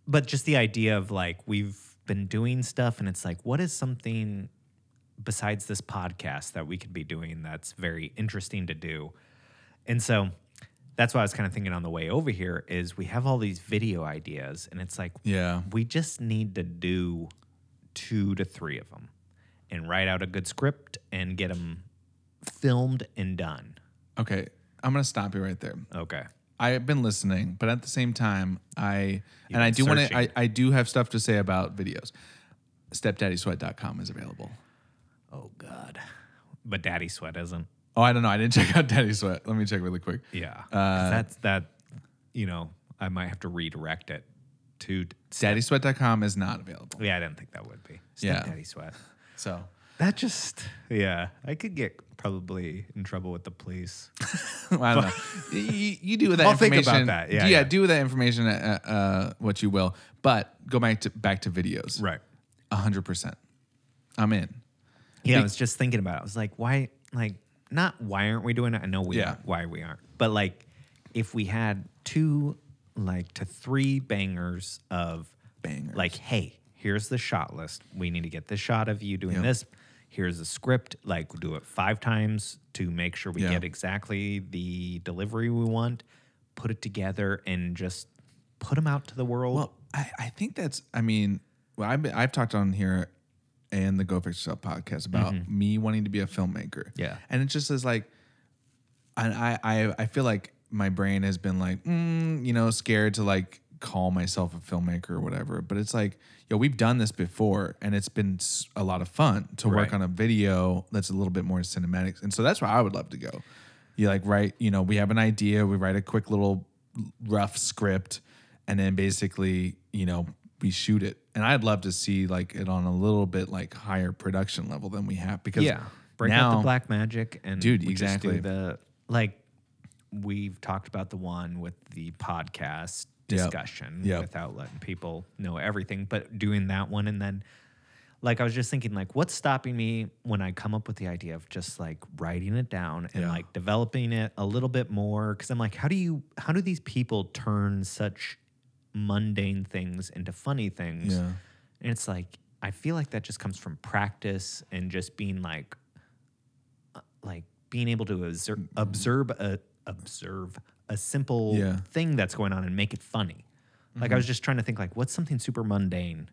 S2: but just the idea of like we've been doing stuff, and it's like, what is something besides this podcast that we could be doing that's very interesting to do? And so that's what I was kind of thinking on the way over here is we have all these video ideas, and it's like,
S3: Yeah.
S2: we just need to do two to three of them, and write out a good script and get them filmed and done.
S3: Okay. I'm gonna stop you right there.
S2: Okay.
S3: I've been listening, but at the same time, I and I
S2: been
S3: do want to. I,
S2: searching.
S3: I do have stuff to say about videos. Stepdaddysweat.com is available.
S2: Oh God. But Daddy Sweat isn't.
S3: Oh, I don't know. I didn't check out Daddy Sweat. Let me check really quick.
S2: Yeah. 'Cause that's that, you know, I might have to redirect it to.
S3: Daddysweat.com is not available.
S2: Yeah, I didn't think that would be.
S3: Yeah.
S2: Daddy Sweat.
S3: So
S2: That just, yeah, I could get probably in trouble with the police.
S3: I don't know. you, you do with that
S2: I'll think
S3: information.
S2: about that. Yeah,
S3: do-
S2: yeah.
S3: do with that information uh, uh, what you will. But go back to back to videos.
S2: Right.
S3: hundred percent. I'm in.
S2: Yeah, I was just thinking about it. I was like, why, like, not why aren't we doing it? I know we
S3: Yeah.
S2: aren't, why we aren't. But like, if we had two, like, to three bangers of,
S3: Bangers.
S2: like, hey, here's the shot list. We need to get this shot of you doing
S3: Yeah.
S2: this. Here's the script. Like, we'll do it five times to make sure we
S3: Yeah.
S2: get exactly the delivery we want. Put it together and just put them out to the world.
S3: Well, I, I think that's. I mean, well, I've, been- I've talked on here and the Go Fix Yourself podcast about me wanting to be a filmmaker.
S2: Yeah.
S3: and it just is like, and I I I feel like my brain has been like, mm, you know, scared to like call myself a filmmaker or whatever. But it's like, yo, we've done this before, and it's been s- a lot of fun to work
S2: Right.
S3: on a video that's a little bit more cinematic. And so that's where I would love to go. You like write, you know, we have an idea, we write a quick little rough script, and then basically, you know, we shoot it. And I'd love to see like it on a little bit like higher production level than we have because
S2: yeah break out the
S3: now-
S2: black magic and
S3: Dude,
S2: we just do
S3: exactly.
S2: the like we've talked about the one with the podcast
S3: Yep.
S2: discussion
S3: Yep.
S2: without letting people know everything but doing that one and then like i was just thinking like what's stopping me when i come up with the idea of just like writing it down and
S3: Yeah.
S2: like developing it a little bit more because i'm like how do you how do these people turn such mundane things into funny things
S3: Yeah.
S2: and it's like I feel like that just comes from practice and just being like, uh, like being able to
S3: Mm-hmm.
S2: observe observe a observe a simple
S3: Yeah. Mm-hmm.
S2: thing that's going on and make it funny. Like I was just trying to think like what's something super mundane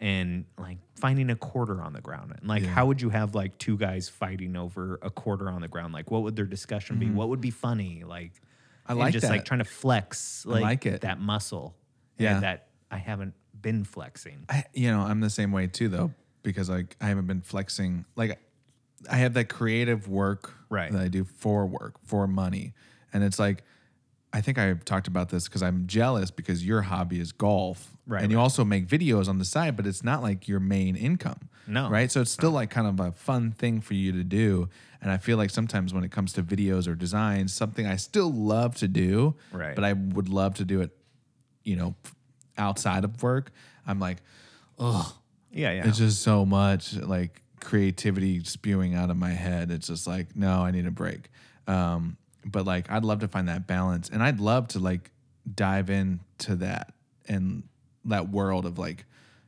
S2: and like finding a quarter on the ground and like how would you have like two guys fighting over a quarter on the ground like what would their discussion be what would be funny like
S3: Mm-hmm. I
S2: and
S3: like
S2: just like
S3: that.
S2: trying to flex like,
S3: like it.
S2: that muscle and
S3: Yeah.
S2: that I haven't been flexing
S3: I, you know, I'm the same way too, though, because like I haven't been flexing. Like I have that creative work
S2: Right.
S3: that I do for work, for money. And it's like, I think I've talked about this because I'm jealous because your hobby is golf.
S2: Right,
S3: And you also make videos on the side, but it's not like your main income.
S2: No.
S3: Right. So it's still like kind of a fun thing for you to do. And I feel like sometimes when it comes to videos or designs, something I still love to do,
S2: Right.
S3: but I would love to do it, you know, outside of work. I'm like,
S2: Yeah, yeah.
S3: it's just so much like creativity spewing out of my head. It's just like, no, I need a break. Um, but like, I'd love to find that balance, and I'd love to like dive into that and that world of like,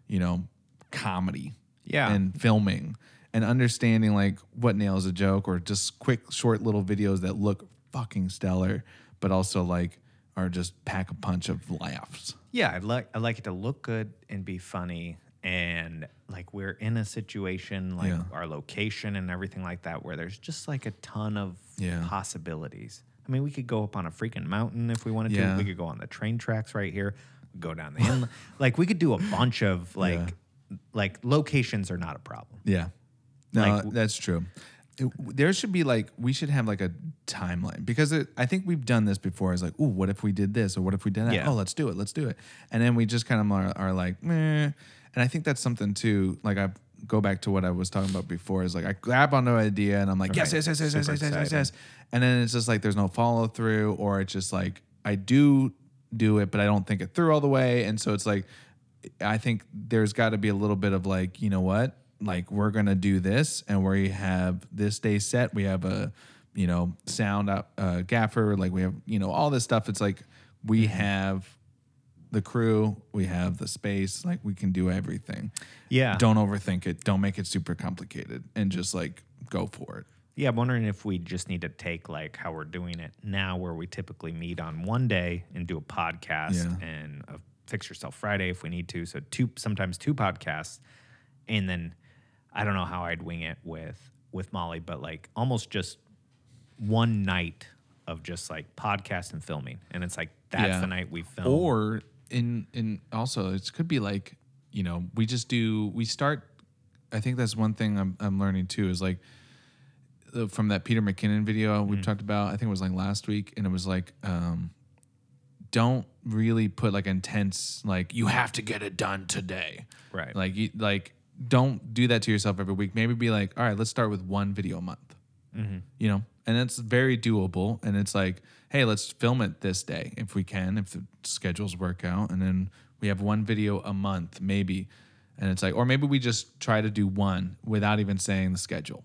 S3: you know, comedy,
S2: Yeah.
S3: and filming, and understanding like what nails a joke, or just quick, short little videos that look fucking stellar, but also like are just pack a punch of laughs.
S2: yeah, I like I like it to look good and be funny and like we're in a situation like
S3: Yeah.
S2: our location and everything like that where there's just like a ton of
S3: Yeah.
S2: possibilities. I mean, we could go up on a freaking mountain if we wanted
S3: Yeah.
S2: to. We could go on the train tracks right here, go down the inlet. like we could do a bunch of like like locations are not a problem.
S3: Yeah. No, uh,
S2: Like-
S3: that's true. It- There should be like we should have like a timeline because it, I think we've done this before. It's like, oh, what if we did this or what if we did that?
S2: Yeah.
S3: Oh, let's do it, let's do it, and then we just kind of are, are like, meh. And I think that's something too. Like I've go back to what I was talking about before is like I grab onto an idea and I'm like, yes, yes, yes, yes, yes,
S2: Super
S3: yes, yes, yes,
S2: exciting.
S3: yes. And then it's just like there's no follow through, or it's just like I do do it, but I don't think it through all the way. And so it's like I think there's got to be a little bit of like, you know what? Like we're gonna do this, and we have this day set. We have a, you know, sound up uh, gaffer. Like we have, you know, all this stuff. It's like we have the crew, we have the space. Like we can do everything.
S2: Yeah.
S3: Don't overthink it. Don't make it super complicated, and just like go for it.
S2: Yeah, I'm wondering if we just need to take like how we're doing it now, where we typically meet on one day and do a podcast
S3: Yeah.
S2: and a Fix Yourself Friday if we need to. So two, sometimes two podcasts, and then I don't know how I'd wing it with with Molly, but like almost just one night of just like podcast and filming, and it's like that's
S3: Yeah.
S2: the night we film.
S3: or in in also it could be like you know we just do we start i think that's one thing i'm, I'm learning too is like uh, from that peter mckinnon video we talked about i think it was like last week and it was like um don't really put like intense like you have to get it done today
S2: Right.
S3: like you like don't do that to yourself every week maybe be like all right let's start with one video a month you know and it's very doable and it's like hey let's film it this day if we can if the schedules work out and then we have one video a month maybe and it's like or maybe we just try to do one without even saying the schedule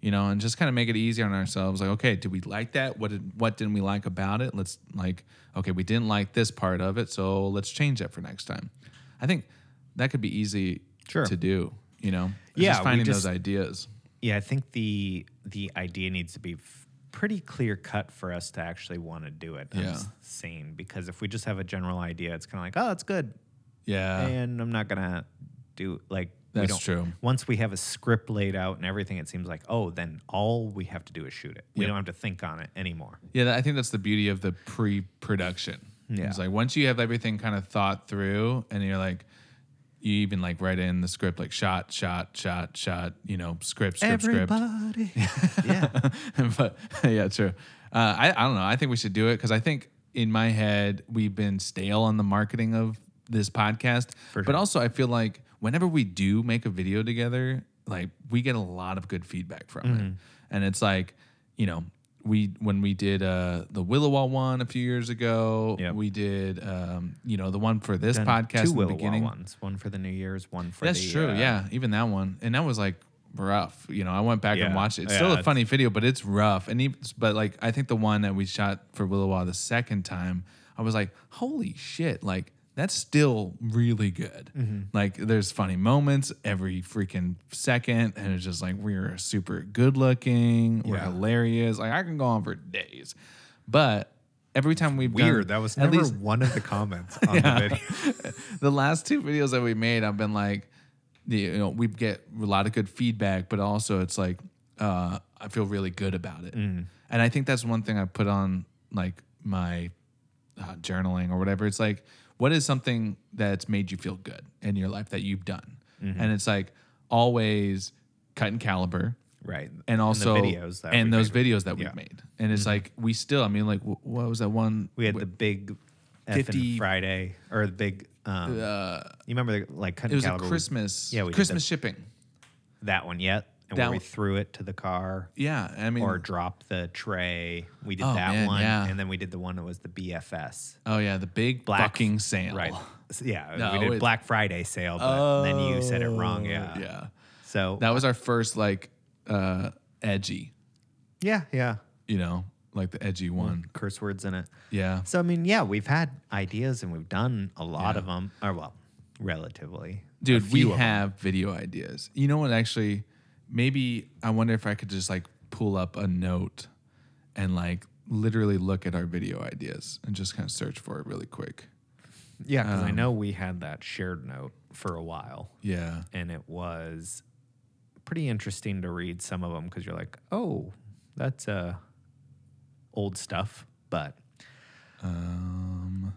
S3: you know and just kind of make it easier on ourselves like okay did we like that what did what didn't we like about it let's like okay we didn't like this part of it so let's change that for next time i think that could be easy
S2: Sure.
S3: to do you know It's
S2: Yeah,
S3: just
S2: we
S3: finding
S2: just-
S3: those ideas
S2: Yeah, I think the the idea needs to be f- pretty clear cut for us to actually want to do it. I'm
S3: Yeah.
S2: s- Seeing because if we just have a general idea, it's kind of like, oh, it's good,
S3: yeah
S2: and I'm not gonna do like. we
S3: That's
S2: don't-
S3: true.
S2: Once we have a script laid out and everything, it seems like, oh, then all we have to do is shoot it. We
S3: Yep.
S2: don't have to think on it anymore.
S3: Yeah, that- I think that's the beauty of the pre-production.
S2: Yeah.
S3: It's like once you have everything kind of thought through and you're like you even like write in the script like shot, shot, shot, shot, you know, script, script,
S2: yeah.
S3: script. but yeah, true. Uh, I, I don't know. I think we should do it because I think in my head we've been stale on the marketing of this podcast. But also I feel like whenever we do make a video together, like we get a lot of good feedback from
S2: Mm-hmm.
S3: it. And it's like, you know, we when we did uh the Willowall one a few years ago,
S2: Yep.
S3: we did um, you know, the one for this
S2: Done
S3: podcast
S2: Two
S3: in the
S2: Willow
S3: beginning.
S2: ones. One for the New Year's. One for
S3: That's
S2: the.
S3: true.
S2: uh,
S3: yeah, even that one, and that was like rough. You know, I went back
S2: Yeah.
S3: and watched it. It's
S2: Yeah,
S3: still a
S2: it's-
S3: funny video, but it's rough. And even, but like I think the one that we shot for Willowa the second time, I was like, holy shit! Like that's still really good.
S2: Mm-hmm.
S3: Like there's funny moments every freaking second, and it's just like we're super good looking. We're
S2: Yeah.
S3: hilarious. Like I can go on for days, but. Every time we've
S2: Weird.
S3: done,
S2: That was
S3: at
S2: never
S3: least-
S2: one of the comments on the video.
S3: the last two videos that we made, I've been like, you know, we get a lot of good feedback, but also it's like, uh, I feel really good about it.
S2: Mm.
S3: And I think that's one thing I put on like my uh, journaling or whatever. It's like, what is something that's made you feel good in your life that you've done?
S2: Mm-hmm.
S3: And it's like always cut and caliber
S2: Right.
S3: and also
S2: the videos that
S3: and
S2: we
S3: those
S2: made.
S3: videos that
S2: yeah. Mm-hmm.
S3: we've made. And it's like, we still, I mean, like, wh- what was that one?
S2: We had the big
S3: 50
S2: effing Friday or the big. Um, you remember the like cut
S3: Uh, it was a
S2: caliber?
S3: Christmas,
S2: Yeah, we did
S3: Christmas
S2: the-
S3: shipping.
S2: that one yet, and
S3: That
S2: where we
S3: one.
S2: threw it to the car
S3: Yeah, I mean,
S2: or dropped the tray. We did
S3: Oh,
S2: that
S3: man,
S2: one,
S3: yeah.
S2: and then we did the one that was the BFS
S3: Oh yeah, the big
S2: Black-
S3: fucking sale.
S2: right. So, yeah,
S3: Oh. No,
S2: we did
S3: it-
S2: Black Friday sale, but then you said it wrong. Yeah,
S3: Yeah.
S2: So
S3: That was our first like uh edgy,
S2: yeah, yeah,
S3: you know, like the edgy
S2: Mm.
S3: one.
S2: curse words in it.
S3: Yeah.
S2: So I mean, yeah, we've had ideas and we've done a lot of 'em. of them. Or well, relatively, a
S3: Dude, we
S2: few of 'em.
S3: have video ideas. You know what actually maybe I wonder if I could just like pull up a note and like literally look at our video ideas and just kind of search for it really quick.
S2: Yeah, because I know we had that shared note for a while,
S3: Yeah.
S2: and it was pretty interesting to read some of them because you're like, oh, that's uh, old stuff, but
S3: Um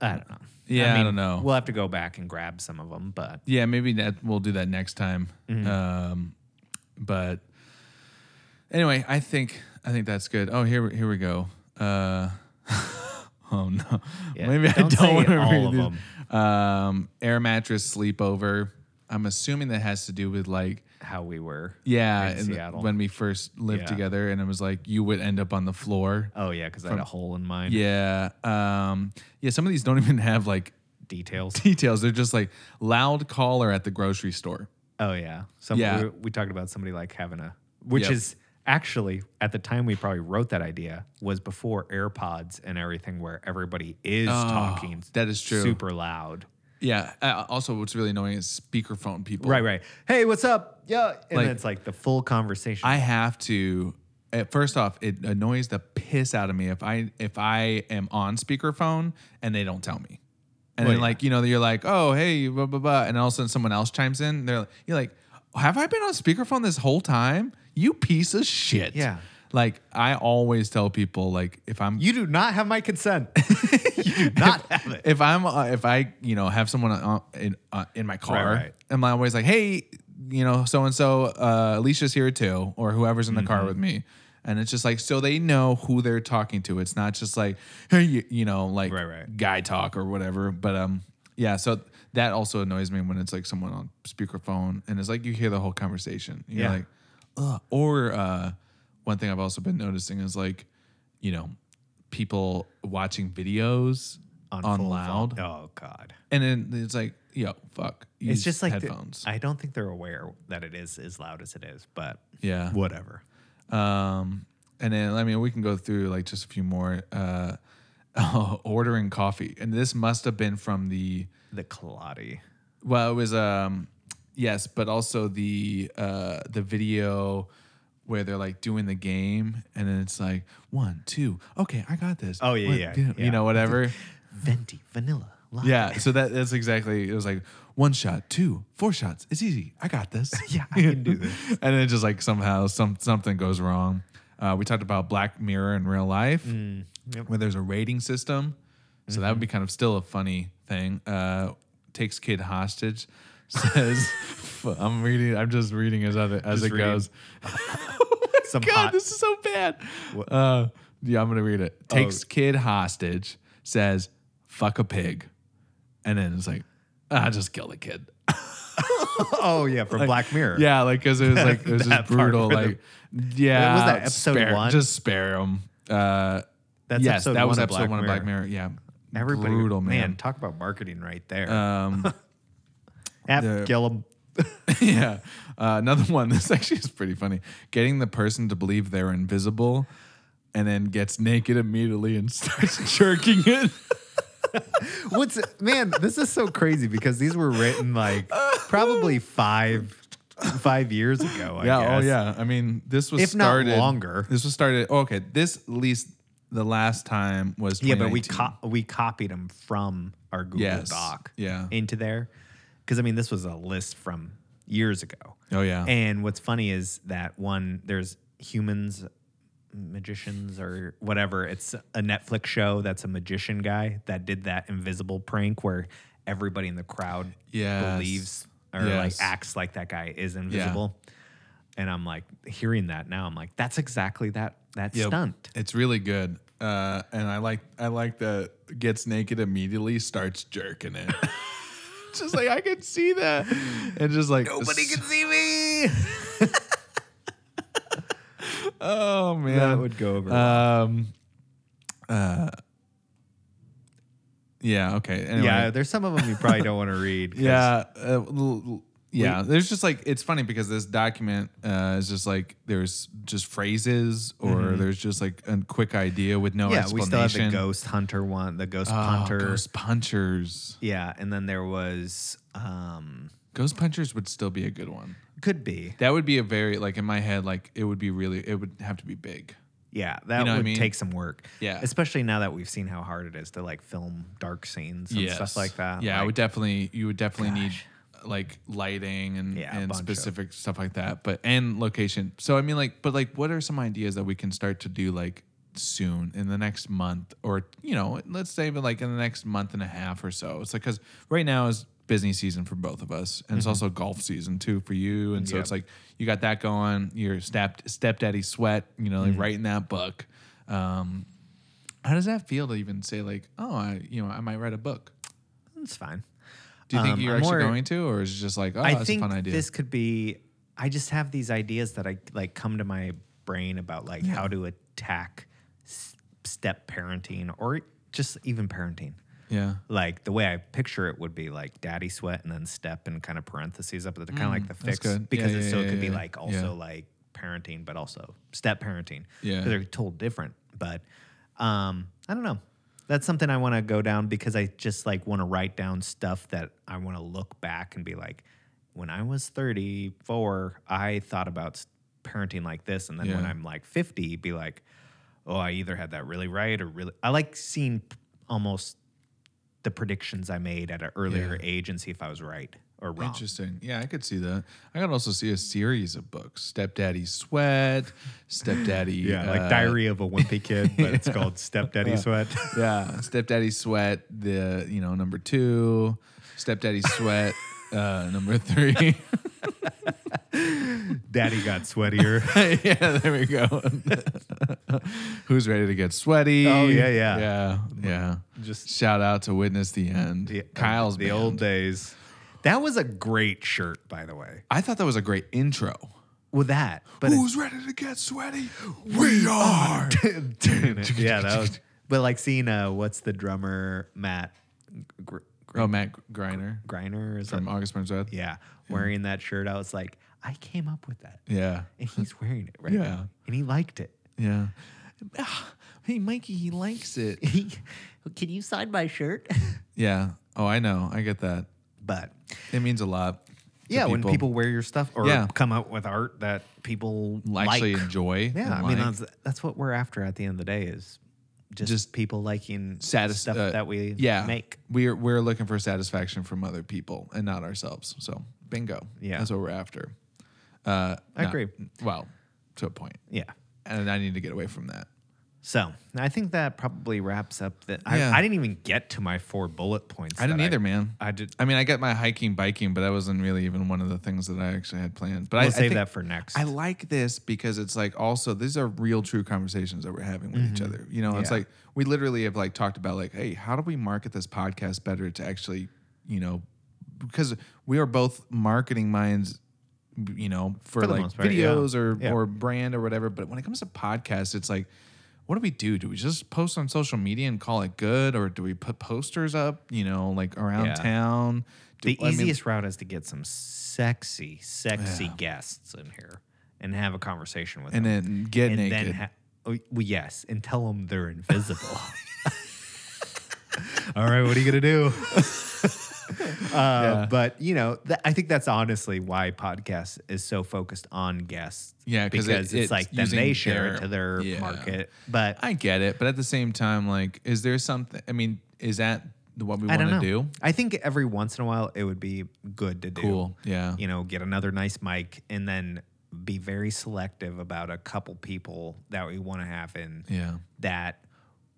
S2: I don't know.
S3: Yeah, I don't know.
S2: We'll have to go back and grab some of them, but
S3: Yeah, maybe that we'll do that next time.
S2: Mm-hmm.
S3: Um, but anyway, I think I think that's good. Oh, here we- here we go. Uh, oh no,
S2: Yeah,
S3: maybe I
S2: don't
S3: don't
S2: say
S3: want to
S2: all
S3: read
S2: of
S3: this. Um, air mattress sleepover. I'm assuming that has to do with like
S2: how we were.
S3: yeah,
S2: In
S3: and
S2: Seattle.
S3: when we first lived
S2: Yeah.
S3: together, and it was like you would end up on the floor.
S2: Oh yeah, because I had a hole in mine.
S3: Yeah, um, yeah. Some of these don't even have like
S2: Details.
S3: details. They're just like loud caller at the grocery store.
S2: Oh yeah. Some
S3: Yeah.
S2: We, we talked about somebody like having a which
S3: Yep.
S2: is actually at the time we probably wrote that idea was before AirPods and everything where everybody is talking
S3: that is Oh, true.
S2: super loud.
S3: Yeah. Uh, also, what's really annoying is speakerphone people.
S2: Right, right. Hey, what's up? Yeah. And
S3: Like-
S2: then it's like the full conversation.
S3: I have to. uh, First off, it annoys the piss out of me if I if I am on speakerphone and they don't tell me, and
S2: Well,
S3: then
S2: yeah.
S3: like you know you're like oh hey blah blah blah, and all of a sudden someone else chimes in. They're like, you're like, have I been on speakerphone this whole time? You piece of shit.
S2: Yeah.
S3: Like I always tell people like if I'm
S2: you do not have my consent. you do not have it.
S3: if I'm uh, if I you know have someone uh, in uh, in my car,
S2: Right, right.
S3: am I always like, hey, you know, so and so, Alicia's here too, or whoever's in the
S2: Mm-hmm.
S3: car with me, and it's just like so they know who they're talking to. It's not just like hey, you, you know, like
S2: Right, right.
S3: guy talk or whatever. But um, yeah, so that also annoys me when it's like someone on speakerphone and it's like you hear the whole conversation. You're
S2: Yeah.
S3: like, Ugh. or uh, one thing I've also been noticing is like, you know. People watching videos on,
S2: full
S3: loud,
S2: volume. Oh God.
S3: and then it's like, yo, fuck.
S2: It's
S3: use
S2: just like the-
S3: headphones.
S2: I don't think they're aware that it is as loud as it is, but
S3: yeah.
S2: whatever.
S3: Um, and then I mean, we can go through like just a few more. Uh, ordering coffee, and this must have been from the
S2: The Kaladi.
S3: well, it was um, yes, but also the uh the video where they're like doing the game, and then it's like one, two, okay, I got this.
S2: Oh, yeah,
S3: One,
S2: yeah,
S3: two," you
S2: yeah.
S3: know whatever.
S2: Venti vanilla. Latte.
S3: Yeah, so that that's exactly. It was like one shot, two, four shots. It's easy. I got this.
S2: Yeah, I can do this.
S3: and then just like somehow some something goes wrong. Uh, we talked about Black Mirror in real life,
S2: Mm. yep.
S3: where there's a rating system. So that
S2: Mm-hmm.
S3: would be kind of still a funny thing. Uh, takes kid hostage. Says, I'm reading. I'm just reading as other, as
S2: Just
S3: it
S2: reading.
S3: goes.
S2: Some
S3: God,
S2: hot-
S3: this is so bad. Uh, yeah, I'm gonna read it.
S2: Oh.
S3: Takes kid hostage, says fuck a pig, and then it's like, ah, just kill the kid.
S2: Oh yeah, from Black Mirror.
S3: Yeah, like because it was like it was
S2: That
S3: just
S2: part
S3: brutal.
S2: where the-
S3: Like, yeah,
S2: was that, episode
S3: spare-
S2: one?
S3: Just spare him. Uh,
S2: That's
S3: yes,
S2: episode
S3: that was
S2: one of
S3: episode
S2: Black
S3: one of Black
S2: Mirror.
S3: Mirror. Yeah,
S2: Everybody,
S3: brutal
S2: man.
S3: man. Uh,
S2: Talk about marketing right there. Um, kill him.
S3: yeah, uh, another one. This actually is pretty funny. Getting the person to believe they're invisible, and then gets naked immediately and starts jerking it.
S2: What's man? This is so crazy because these were written like probably five five years ago. I
S3: Yeah.
S2: guess.
S3: Oh, yeah. I mean, this was
S2: If not
S3: started
S2: longer.
S3: This was started. Oh, okay. This at least the last time was.
S2: Yeah, but we
S3: 2019.
S2: co- we copied them from our Google
S3: Yes,
S2: Doc.
S3: yeah.
S2: Into there, because I mean, this was a list from years ago.
S3: Oh yeah.
S2: And what's funny is that one there's humans, magicians or whatever. It's a Netflix show that's a magician guy that did that invisible prank where everybody in the crowd
S3: Yes.
S2: believes or
S3: Yes.
S2: like acts like that guy is invisible. And I'm like hearing that now. I'm like, that's exactly that that
S3: Yep.
S2: stunt.
S3: It's really good. Uh, and I like I like that gets naked immediately starts jerking it. just like I could see that. And just like
S2: Nobody can see me.
S3: Oh man.
S2: that would go over.
S3: um uh, yeah, okay. Anyway.
S2: yeah, there's some of them you probably don't want to read. 'cause-
S3: Yeah. Uh, l- l- yeah. there's just like, it's funny because this document uh, is just like, there's just phrases or there's just like a quick idea with no
S2: Mm-hmm. Yeah, we
S3: explanation.
S2: still have the ghost hunter one, the Oh, Ah, ghost
S3: Oh,
S2: punter.
S3: Ghost punchers.
S2: Yeah, and then there was um
S3: Ghost punchers would still be a good one.
S2: could be.
S3: That would be a very, like in my head, like it would be really, it would have to be big.
S2: Yeah, that
S3: You know what I
S2: would
S3: mean?
S2: take some work.
S3: Yeah.
S2: Especially now that we've seen how hard it is to like film dark scenes and
S3: Yes.
S2: stuff like that.
S3: Yeah, I
S2: Like,
S3: would definitely. You would definitely need like lighting and
S2: Yeah, a
S3: and
S2: bunch of-
S3: specific stuff like that, but and location. So I mean, like, but like, what are some ideas that we can start to do like soon in the next month, or you know, let's say but like in the next month and a half or so. It's like because right now is busy season for both of us, and it's
S2: Mm-hmm.
S3: also golf season too for you, and so it's like you got that going. Your step stepdaddy sweat, you know, like
S2: Mm.
S3: writing that book. Um, how does that feel to even say like, oh, I, you know, I might write a book?
S2: it's fine.
S3: Do you think
S2: Um,
S3: you're
S2: I'm
S3: actually
S2: more-
S3: going to, or is it just like, oh,
S2: I
S3: that's a
S2: think
S3: fun idea?
S2: this could be. I just have these ideas that I like come to my brain about like how to attack s- step parenting or just even parenting.
S3: yeah.
S2: Like the way I picture it would be like daddy sweat and then step and kind of parentheses up at the kind of like the fix
S3: Mm, good. Yeah,
S2: because
S3: yeah,
S2: it's, so
S3: yeah,
S2: it could
S3: yeah,
S2: be
S3: yeah.
S2: like
S3: Yeah.
S2: also like parenting but also step parenting.
S3: Yeah.
S2: 'Cause they're total different. But um, I don't know. That's something I want to go down because I just like want to write down stuff that I want to look back and be like, when I was 34, I thought about s- parenting like this. And then when
S3: Yeah.
S2: I'm like 50, be like, oh, I either had that really right or really. I like seeing p- almost the predictions I made at an earlier
S3: Yeah.
S2: age and see if I was right or wrong.
S3: Interesting. Yeah, I could see that. I could also see a series of books: Stepdaddy Sweat, Stepdaddy,
S2: Yeah, Uh.
S3: uh,
S2: like Diary of a Wimpy Kid, but it's called Stepdaddy Sweat.
S3: yeah, Stepdaddy Sweat, the you know number two, Stepdaddy Sweat, uh, number three.
S2: Daddy got sweatier.
S3: yeah, there we go. Who's ready to get sweaty?
S2: Oh, yeah, yeah.
S3: yeah, yeah.
S2: Just-
S3: shout out to Witness the End.
S2: The- uh,
S3: Kyle's
S2: the
S3: band.
S2: old days. That was a great shirt, by the way.
S3: I thought that was a great intro.
S2: Well, that, but
S3: Who's ready to get sweaty? We are.
S2: yeah, that was. But like seeing uh, what's the drummer Matt Gr- Gr-
S3: Oh, Matt Griner
S2: Griner is that?
S3: from August Burns Red.
S2: yeah wearing that shirt. I was like, I came up with that,
S3: Yeah.
S2: and he's wearing it right
S3: Yeah.
S2: now, and he liked it.
S3: Yeah. Hey, Mikey, he likes it.
S2: Can you sign my shirt?
S3: Yeah. Oh, I know. I get that.
S2: but
S3: It means a lot. to
S2: yeah, when people wear your stuff or
S3: Yeah.
S2: come out with art that people
S3: actually
S2: like.
S3: enjoy. and
S2: Yeah, I mean
S3: like.
S2: that's that's what we're after at the end of the day is just,
S3: Just
S2: people liking
S3: satis-
S2: stuff
S3: uh,
S2: that we
S3: yeah
S2: make.
S3: We're we're looking for satisfaction from other people and not ourselves. So bingo.
S2: Yeah.
S3: that's what we're after. Uh,
S2: I
S3: no-
S2: agree.
S3: Well, to a point,
S2: Yeah.
S3: and I need to get away from that.
S2: So I think that probably wraps up that.
S3: Yeah.
S2: I, I didn't even get to my four bullet points.
S3: I didn't
S2: that
S3: either, man.
S2: I did.
S3: I mean, I got my hiking, biking, but that wasn't really even one of the things that I actually had planned. But I
S2: We'll
S3: I
S2: save
S3: think-
S2: that for next.
S3: I like this because it's like also these are real true conversations that we're having with each other. You know, it's
S2: Mm-hmm. Yeah.
S3: like we literally have like talked about like, hey, how do we market this podcast better to actually, you know, because we are both marketing minds, you know, for,
S2: For the
S3: like
S2: most part, yeah.
S3: videos or
S2: Yeah.
S3: or brand or whatever. But when it comes to podcasts, it's like, what do we do? Do we just post on social media and call it good, or do we put posters up, you know, like around
S2: Yeah.
S3: town? Do,
S2: the
S3: I mean,
S2: easiest route is to get some sexy, sexy guests in here and have a conversation with
S3: and
S2: them,
S3: then get
S2: and
S3: naked.
S2: then ha- oh, well, yes, and tell them they're invisible. All right, what are you gonna do? Uh, But you know, th- I think that's honestly why podcast is so focused on guests.
S3: Yeah, 'cause
S2: because
S3: it-
S2: it's,
S3: it's
S2: like then
S3: using
S2: they share
S3: their-
S2: it to their
S3: yeah.
S2: market. But I,
S3: I get it, but at the same time, like, is there something? I mean, is that what we
S2: don't
S3: want to
S2: know.
S3: do?
S2: I think every once in a while it would be good to do.
S3: Cool. Yeah.
S2: You know, get another nice mic and then be very selective about a couple people that we want to have in
S3: Yeah.
S2: that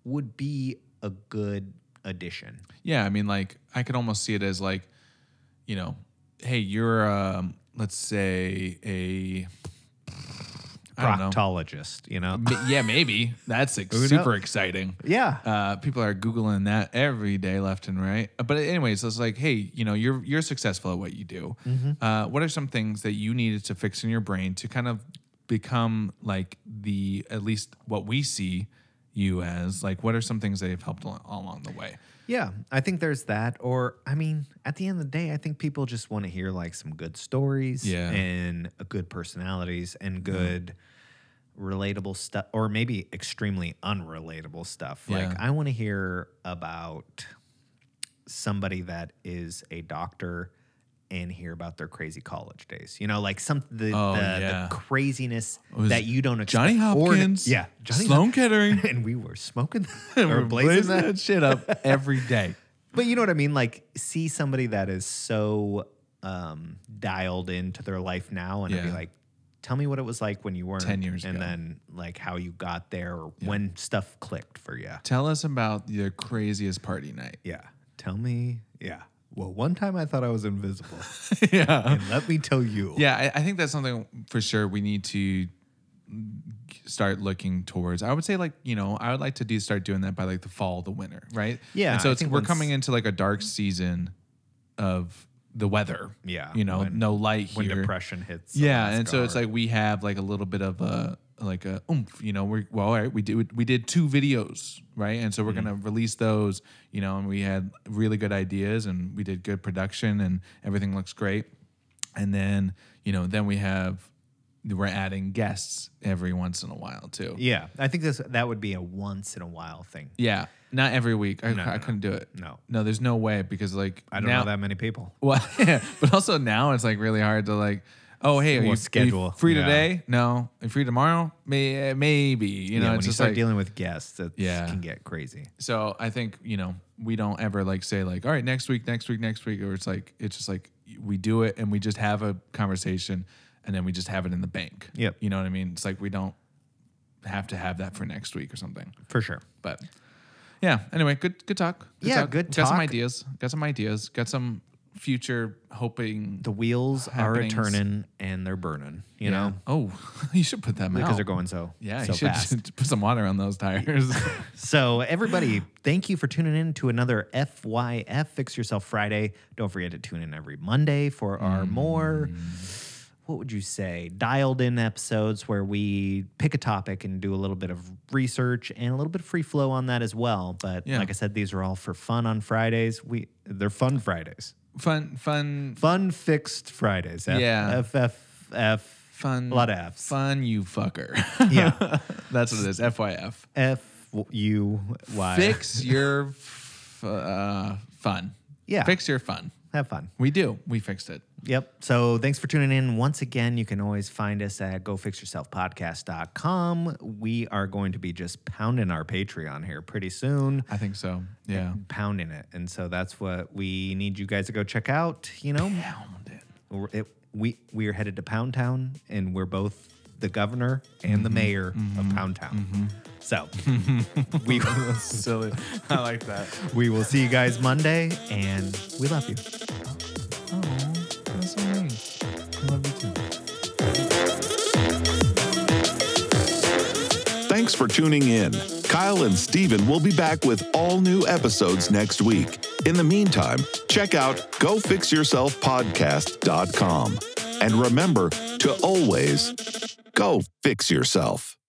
S2: would be a good addition.
S3: Yeah. I mean, like, I could almost see it as like, you know, hey, you're, um, let's say a. I don't know.
S2: Proctologist, you know?
S3: M- yeah, maybe that's like
S2: knows?
S3: super exciting.
S2: Yeah.
S3: Uh, people are googling that every day, left and right. Uh, But anyways, it's like, hey, you know, you're you're successful at what you do.
S2: Mm-hmm.
S3: Uh, what are some things that you needed to fix in your brain to kind of become like the at least what we see you as? Like, what are some things that have helped al- along the way?
S2: Yeah, I think there's that. Or, I mean, at the end of the day, I think people just want to hear like some good stories
S3: Yeah.
S2: and uh, good personalities and good relatable stuff, or maybe extremely unrelatable stuff.
S3: Yeah.
S2: Like, I want to hear about somebody that is a doctor and hear about their crazy college days. You know, like some the,
S3: Oh,
S2: the,
S3: yeah.
S2: the craziness
S3: was
S2: that you don't expect.
S3: Johnny
S2: or-
S3: Hopkins,
S2: yeah, Johnny
S3: Sloan Kettering,
S2: and we were smoking
S3: we're
S2: or blazing that
S3: shit up every day.
S2: but you know what I mean? Like, see somebody that is so um, dialed into their life now, and I'd be
S3: Yeah.
S2: like, tell me what it was like when you weren't
S3: 10 years
S2: and
S3: ago.
S2: then like how you got there, or when stuff clicked for you.
S3: Tell us about your craziest party night.
S2: Yeah, tell me. Yeah. Well, one time I thought I was invisible,
S3: yeah.
S2: and let me tell you.
S3: Yeah, I, I think that's something for sure we need to start looking towards. I would say like you know I would like to do start doing that by like the fall, the winter, right?
S2: Yeah,
S3: And so
S2: I
S3: it's,
S2: think
S3: we're
S2: once-
S3: coming into like a dark season of the weather.
S2: Yeah,
S3: You know,
S2: when-
S3: no light
S2: when
S3: here.
S2: depression hits.
S3: Yeah,
S2: Alaska
S3: and so it's
S2: hard.
S3: like we have like a little bit of a like a oomph, you know. We're well, all right. We did we did two videos, right? And so we're
S2: Mm-hmm.
S3: gonna release those, you know. And we had really good ideas, and we did good production, and everything looks great. And then you know, then we have we're adding guests every once in a while too.
S2: yeah. I think this that would be a once in a while thing.
S3: Yeah, not every week. I, I couldn't do it.
S2: No.
S3: no, there's no way because like
S2: I don't
S3: now,
S2: know that many people.
S3: Well, yeah, but also now it's like really hard to like. Oh, hey, are
S2: Well,
S3: you, schedule.
S2: schedule,
S3: free
S2: yeah.
S3: today? No. Are you free tomorrow? May, eh, maybe. You know,
S2: yeah, when
S3: it's
S2: you
S3: just
S2: start
S3: like.
S2: dealing with guests, it
S3: Yeah.
S2: can get crazy.
S3: so I think you know we don't ever like say like, all right, next week, next week, next week, or it's like it's just like we do it and we just have a conversation and then we just have it in the bank.
S2: Yep.
S3: You know what I mean? It's like we don't have to have that for next week or something.
S2: For sure.
S3: But yeah, anyway, good good talk.
S2: Yeah, good
S3: Got some
S2: talk.
S3: ideas. Got some ideas. Got some future hoping
S2: The wheels
S3: Happenings.
S2: are a turning and they're burning, you know,
S3: Oh, you should put that
S2: because
S3: out.
S2: they're going so
S3: Yeah,
S2: so
S3: you should
S2: fast.
S3: put some water on those tires.
S2: So, everybody, thank you for tuning in to another FYF Fix Yourself Friday. Don't forget to tune in every Monday for
S3: Mm.
S2: our more, what would you say, dialed in episodes where we pick a topic and do a little bit of research and a little bit of free flow on that as well. But
S3: Yeah.
S2: like I said, these are all for fun on Fridays. We They're fun Fridays.
S3: fun, fun,
S2: Fun fixed Fridays. F-
S3: Yeah.
S2: F, F, F.
S3: fun.
S2: A lot of Fs.
S3: Fun, you fucker.
S2: Yeah.
S3: That's what it is. FYF.
S2: F U Y.
S3: Fix your f- uh, fun.
S2: Yeah.
S3: Fix your fun.
S2: Have fun.
S3: We do. We fixed it.
S2: Yep. So thanks for tuning in. Once again, you can always find us at gofixyourselfpodcast.com. We are going to be just pounding our Patreon here pretty soon.
S3: I think so. Yeah.
S2: Pounding it. And so that's what we need you guys to go check out. You know,
S3: Pound it.
S2: We're- it, we, we are headed to Pound Town and we're both the governor and
S3: Mm-hmm.
S2: the mayor of Pound Town. So we,
S3: Silly. I like that.
S2: we will see you guys Monday and we love you.
S3: Oh, that's so nice. I love you too.
S1: Thanks for tuning in. Kyle and Steven will be back with all new episodes next week. In the meantime, check out gofixyourselfpodcast.com. And remember to always go fix yourself.